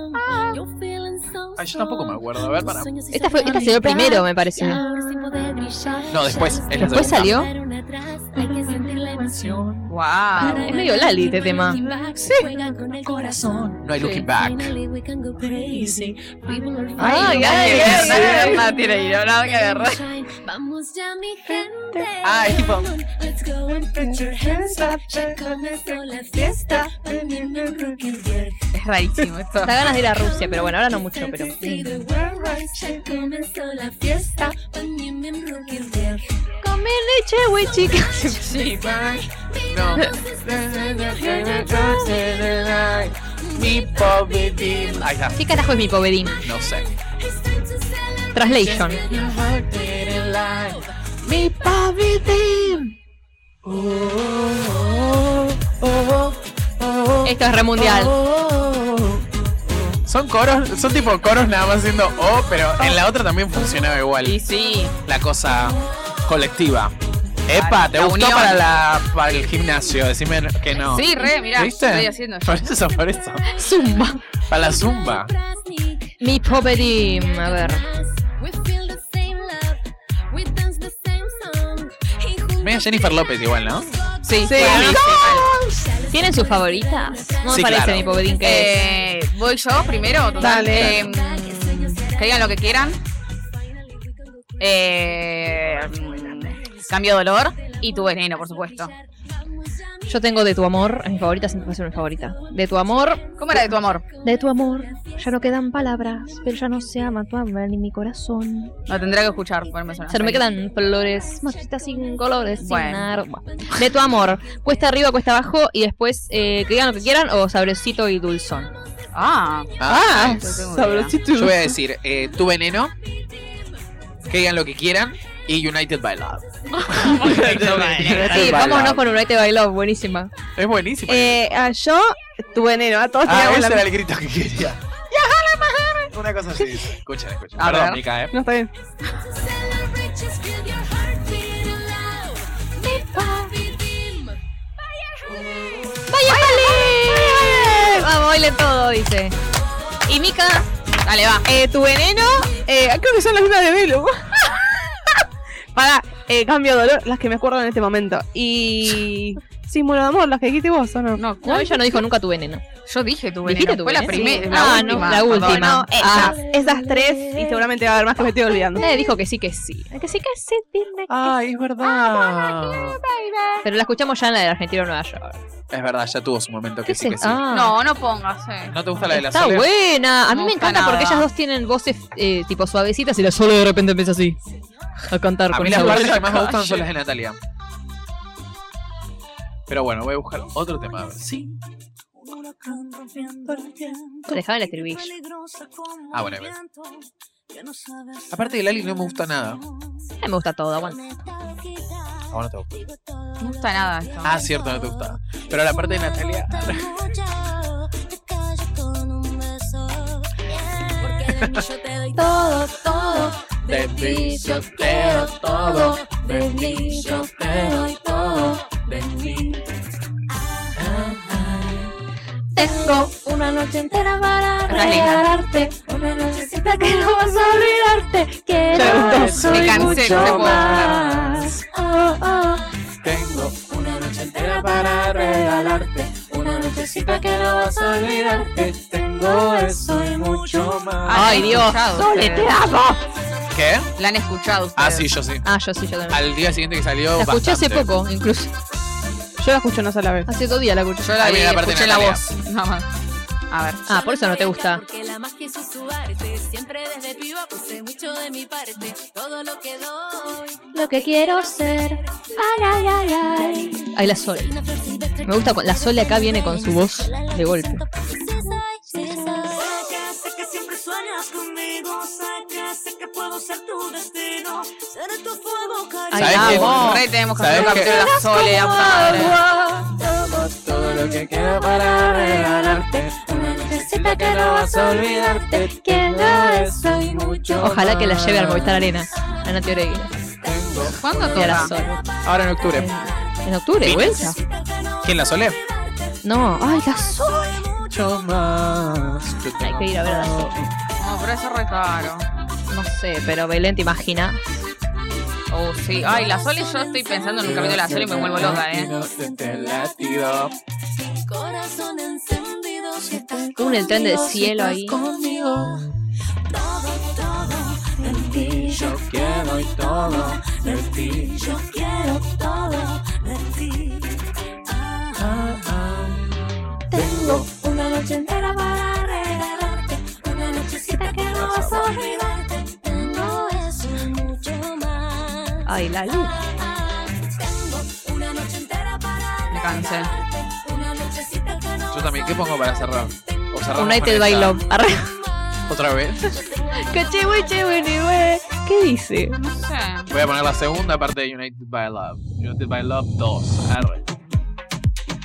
Speaker 1: Ay, yo tampoco me acuerdo. A ver, para.
Speaker 5: Ah. Esta, fue, esta salió primero, me parece.
Speaker 1: No, después. Es la
Speaker 5: Después
Speaker 1: segunda.
Speaker 5: salió.
Speaker 4: Hay que sentir la emoción.
Speaker 5: Wow. Ah, Es medio Lali este tema.
Speaker 4: Sí. Juegan con el corazón.
Speaker 1: No hay looking back.
Speaker 4: Finally we can go crazy. People are
Speaker 5: Ay, ay, ay,
Speaker 4: free.
Speaker 5: ay, ay, ay.
Speaker 4: Shine. Vamos ya, mi gente.
Speaker 1: Ah, es tipo-
Speaker 4: Let's go and put your hands up. Ya comenzó la fiesta. Remember Brooklyn Girl.
Speaker 6: Es rarísimo esto.
Speaker 5: Da ganas de ir a Rusia, pero bueno, ahora no mucho, pero.
Speaker 4: See the world rise. Ya comenzó la fiesta. Remember Brooklyn Girl.
Speaker 5: Come leche, güey, chicas.
Speaker 1: No. Mi povedín. Ahí está.
Speaker 5: ¿Qué carajo es mi povedín?
Speaker 1: No sé.
Speaker 4: It's time to celebrate.
Speaker 5: Translation.
Speaker 1: Mi povedín.
Speaker 5: Esto es re mundial.
Speaker 1: Son coros, son tipo coros nada más haciendo oh, pero en la otra también funcionaba igual.
Speaker 6: Y sí.
Speaker 1: la cosa colectiva. Epa, ¿te
Speaker 6: la
Speaker 1: gustó
Speaker 6: unión.
Speaker 1: para, la, para el gimnasio? Decime que no.
Speaker 6: Sí, re, mirá,
Speaker 1: ¿Viste?
Speaker 6: estoy haciendo.
Speaker 1: Por eso, por eso.
Speaker 5: Zumba.
Speaker 1: Para la zumba.
Speaker 5: Mi povedín. A ver.
Speaker 1: Media Jennifer López igual, ¿no?
Speaker 6: Sí, sí.
Speaker 5: ¿Tienen sus favoritas? No me
Speaker 1: Sí,
Speaker 5: parece
Speaker 1: claro.
Speaker 5: mi povedín que es.
Speaker 6: Eh, voy yo primero. Total,
Speaker 2: Dale.
Speaker 6: eh, que digan lo que quieran. Eh, mm, cambio de dolor y tu veneno, por supuesto.
Speaker 5: Yo tengo de tu amor. es Mi favorita siempre fue mi favorita. De tu amor.
Speaker 6: ¿Cómo era de tu amor?
Speaker 5: De tu amor, ya no quedan palabras, pero ya no se ama tu alma ni mi corazón.
Speaker 6: Lo tendrá que escuchar. Bueno, me suena.
Speaker 5: Se me quedan flores, marchitas sin colores, sin
Speaker 6: Bueno.
Speaker 5: aroma. De tu amor, cuesta arriba, cuesta abajo, y después eh, que digan lo que quieran, o sabrecito y dulzón.
Speaker 6: Ah,
Speaker 1: Ah,
Speaker 6: yo tengo
Speaker 1: yo voy a decir, eh, tu veneno, que digan lo que quieran, y United by Love.
Speaker 5: Sí,
Speaker 1: sí,
Speaker 5: vámonos con United by Love, buenísima.
Speaker 1: Es buenísimo.
Speaker 2: Eh, a yo, tu veneno, a todos
Speaker 1: ah,
Speaker 2: teníamos
Speaker 1: ese
Speaker 2: la-
Speaker 1: era el grito que quería. Una cosa así. Escuchen, escuchen.
Speaker 6: A
Speaker 1: Perdón,
Speaker 6: ver.
Speaker 1: Mica, ¿eh?
Speaker 2: No está bien.
Speaker 5: ¡Vaya, vale! Vamos, baile todo, dice. Y Mika,
Speaker 6: Dale, va.
Speaker 2: Eh, tu veneno, eh, creo que son las mismas de Velu. Para, eh, cambio de dolor, las que me acuerdo en este momento. Y. Símbolo de amor, las que dijiste vos, ¿o no?
Speaker 6: No,
Speaker 5: no, ella no dijo nunca tu veneno.
Speaker 6: Yo dije tu veneno.
Speaker 5: ¿Dijiste tu
Speaker 6: Fue la
Speaker 5: veneno?
Speaker 6: primera.
Speaker 5: Sí.
Speaker 6: La
Speaker 5: Ah, no,
Speaker 6: última. Eh,
Speaker 5: la
Speaker 6: perdón.
Speaker 5: última.
Speaker 2: No, esas,
Speaker 5: Ah.
Speaker 2: esas tres, y seguramente va a haber más que me estoy olvidando.
Speaker 5: Nadie dijo que sí, que sí. Que sí, que sí, dime que sí.
Speaker 1: Ay, es verdad.
Speaker 5: Pero la escuchamos ya en la de Argentina o Nueva York.
Speaker 1: Es verdad, ya tuvo su momento que
Speaker 5: ¿Qué
Speaker 1: sí,
Speaker 5: es
Speaker 1: que sí.
Speaker 5: Ah.
Speaker 6: No, no pongas. eh.
Speaker 1: ¿No te gusta la de la
Speaker 5: Está
Speaker 1: Sole?
Speaker 5: buena. A mí
Speaker 6: No
Speaker 5: me
Speaker 6: gusta
Speaker 5: encanta porque
Speaker 6: nada.
Speaker 5: ellas dos tienen voces eh, tipo suavecitas y la solo de repente empieza así a cantar
Speaker 1: A
Speaker 5: con
Speaker 1: mí
Speaker 5: esa
Speaker 1: las
Speaker 5: voz.
Speaker 1: partes que más me gustan son las de Natalia. Pero bueno, voy a buscar otro tema. a ver. Sí.
Speaker 5: Dejaba el estribillo.
Speaker 1: Ah, bueno, ahí ves. Aparte del Ali no me gusta nada.
Speaker 5: A mí me gusta todo, aguanta.
Speaker 1: A vos no Ah, te gusta.
Speaker 6: No me gusta nada esto.
Speaker 1: Ah, cierto, no te gusta. Pero la parte de Natalia.
Speaker 4: Todo, todo,
Speaker 1: De
Speaker 4: de
Speaker 1: ti
Speaker 4: ti
Speaker 1: yo
Speaker 4: yo
Speaker 1: quiero
Speaker 4: quiero
Speaker 1: todo,
Speaker 4: todo,
Speaker 1: de
Speaker 4: de
Speaker 1: ti
Speaker 4: ti
Speaker 1: yo
Speaker 4: yo
Speaker 1: te
Speaker 4: te
Speaker 1: doy
Speaker 4: doy todo, de ti. Tengo una noche entera para
Speaker 6: Estás linda.
Speaker 4: regalarte, una nochecita que no vas a olvidarte.
Speaker 2: Me
Speaker 4: Quiero soy
Speaker 6: cansé, no te puedo
Speaker 4: mucho más. Oh, oh.
Speaker 1: Tengo
Speaker 4: Una noche entera para regalarte, una nochecita que no vas a olvidarte. Tengo eso y mucho más.
Speaker 6: Ah,
Speaker 5: Ay,
Speaker 6: la han
Speaker 5: Dios.
Speaker 6: escuchado
Speaker 2: Eh,
Speaker 6: ustedes.
Speaker 1: ¿Qué?
Speaker 6: La han escuchado ustedes.
Speaker 1: Ah, sí, yo sí.
Speaker 5: Ah, yo sí, yo también.
Speaker 1: Al día siguiente que salió.
Speaker 5: La escuché hace
Speaker 1: bastante.
Speaker 5: poco, incluso.
Speaker 2: Yo la escucho una sola vez.
Speaker 5: Hace dos días la escuché.
Speaker 6: Yo la
Speaker 1: Ahí
Speaker 6: vi,
Speaker 1: viene la parte
Speaker 6: escuché
Speaker 1: de
Speaker 6: la
Speaker 1: Natalia.
Speaker 6: voz. Nada más. A ver.
Speaker 5: Ah, por eso no te gusta.
Speaker 7: Porque la magia es usuarte. Siempre desde viva puse mucho de mi parte. Todo lo que doy.
Speaker 4: Lo que quiero ser, ay, ay, ay, ay.
Speaker 5: Ahí la Sol. Me gusta cu- la Sol de acá viene con su voz de golpe.
Speaker 7: Sácate que siempre sueñas conmigo. Sácate que puedo ser tu destino. Seré tu fuego, cariño.
Speaker 5: Ay,
Speaker 1: ¿Sabes
Speaker 5: la
Speaker 1: qué?
Speaker 5: amo.
Speaker 6: Re tenemos que
Speaker 1: ¿Sabes
Speaker 6: hacer un
Speaker 1: qué?
Speaker 6: capítulo de la Sole, la puta madre.
Speaker 1: Todo lo que queda para regalarte.
Speaker 4: Una nochecita que no vas a olvidarte. Quiero eso y mucho más.
Speaker 5: Ojalá que la lleve al Movistar Arena. A Nati Oreguera.
Speaker 6: ¿Cuándo
Speaker 5: Y a la
Speaker 6: toca?
Speaker 5: Sol.
Speaker 1: Ahora en octubre.
Speaker 5: En octubre,
Speaker 1: Bien.
Speaker 5: Güelsa.
Speaker 1: ¿Quién la solé?
Speaker 5: No. Ay, la Sol.
Speaker 1: Mucho más.
Speaker 5: Hay que ir a ver a la Sol.
Speaker 3: No, pero eso es re caro.
Speaker 5: No sé, pero Belén, ¿te imaginas?
Speaker 3: Oh, sí. Ay, la Sole, yo estoy pensando en un capítulo de la Sole y me vuelvo loca, ¿eh?
Speaker 7: Corazón encendido, si estás
Speaker 5: Tú en el tren del
Speaker 7: conmigo, si
Speaker 5: cielo
Speaker 7: estás
Speaker 5: ahí.
Speaker 7: conmigo. Todo, todo de ti yo quiero y todo de ti yo quiero todo de ti. Ah, ah, ah. Tengo una noche entera para regalarte, una nochecita que no vas a olvidarte. Tengo eso y mucho más.
Speaker 5: Ay, la luz.
Speaker 7: Tengo una noche entera para
Speaker 3: Me cansé.
Speaker 7: regalarte, una nochecita que no
Speaker 1: Yo también, ¿qué pongo para cerrar? O cerramos con
Speaker 5: United by
Speaker 1: esta.
Speaker 5: Love. Arre.
Speaker 1: ¿Otra vez?
Speaker 2: Cachehue, chehue, nehue. ¿Qué dice?
Speaker 3: No sé.
Speaker 1: Voy a poner la segunda parte de United by Love. United by Love 2. Arre.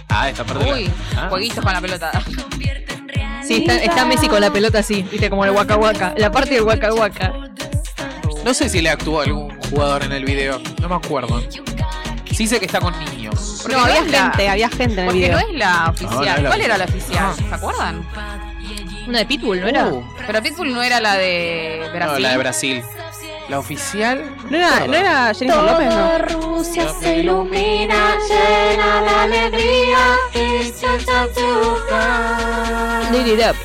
Speaker 1: Ah, esta parte.
Speaker 3: Uy,
Speaker 1: la... ah.
Speaker 3: jueguitos con la pelota.
Speaker 5: Sí, está, está Messi con la pelota así, viste, como el Waka Waka. La parte del Waka Waka.
Speaker 1: No sé si le actuó algún jugador en el video. No me acuerdo. Sí sé que está con niños.
Speaker 2: No, había gente, había gente en el
Speaker 3: Porque
Speaker 2: video.
Speaker 3: no es la
Speaker 1: No, no
Speaker 3: oficial.
Speaker 1: es la
Speaker 3: ¿Cuál era la
Speaker 1: oficial.
Speaker 3: oficial? ¿Se acuerdan?
Speaker 5: Una de Pitbull, ¿no era?
Speaker 1: Uh,
Speaker 3: Pero Pitbull no era la de Brasil.
Speaker 1: no, la de Brasil. La oficial.
Speaker 2: ¿No era, ¿no era Jennifer
Speaker 4: Todo
Speaker 2: López? No.
Speaker 4: Rusia se ilumina, llena de alegría. It's your time to fly.
Speaker 5: Light it up.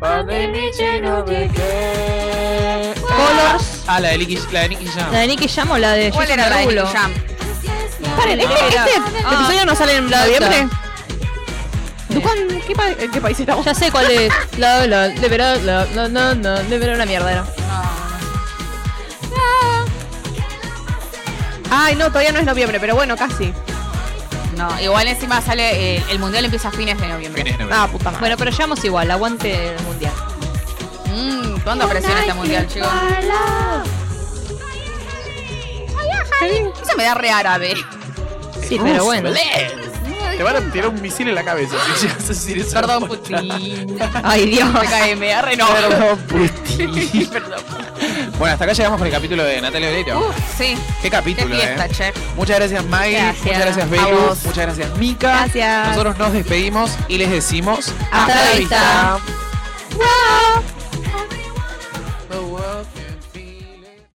Speaker 4: Under me, you know we care.
Speaker 5: Colors.
Speaker 1: Ah, la de Nicky, la de Nicky Jam.
Speaker 5: La de Nicky Jam o la de
Speaker 3: ¿Cuál
Speaker 5: Jason
Speaker 3: era la de
Speaker 5: Derulo?
Speaker 3: Nicky Jam?
Speaker 2: Paren, este,
Speaker 5: Ah.
Speaker 2: este
Speaker 5: Ah.
Speaker 2: episodio no sale en
Speaker 5: Exacto.
Speaker 2: noviembre. ¿De cuán- qué, pa- ¿En qué país estamos?
Speaker 5: Ya sé cuál es. La, la, de verdad, la, no, no, no, de verdad una mierda era.
Speaker 2: Ah. Ay, no, todavía no es noviembre, pero bueno, casi.
Speaker 3: No, igual encima sale. eh, el mundial empieza a fines de noviembre.
Speaker 1: Fines de noviembre.
Speaker 2: Ah, puta madre.
Speaker 5: Bueno, pero llegamos igual, aguante el mundial.
Speaker 3: Mmm, ¿cuándo presiona este mundial, chicos? Eso me da re árabe.
Speaker 5: Sí, pero bueno.
Speaker 1: Te van a tirar un misil en la cabeza si llegas a decir eso.
Speaker 3: Perdón, Putin.
Speaker 5: Ay, Dios.
Speaker 3: PKM, arre no.
Speaker 1: Perdón, Putin. Bueno, hasta acá llegamos con el capítulo de Natalia Oreiro.
Speaker 3: Uf, sí.
Speaker 1: Qué
Speaker 3: Uh, Qué
Speaker 1: capítulo,
Speaker 3: fiesta,
Speaker 1: eh.
Speaker 3: che.
Speaker 1: Muchas gracias, Maggie.
Speaker 5: Gracias.
Speaker 1: Muchas gracias,
Speaker 5: A
Speaker 1: Belu.
Speaker 5: vos.
Speaker 1: Muchas gracias, Mika.
Speaker 2: Gracias.
Speaker 1: Nosotros nos despedimos y les decimos
Speaker 5: Hasta la vista.
Speaker 2: No.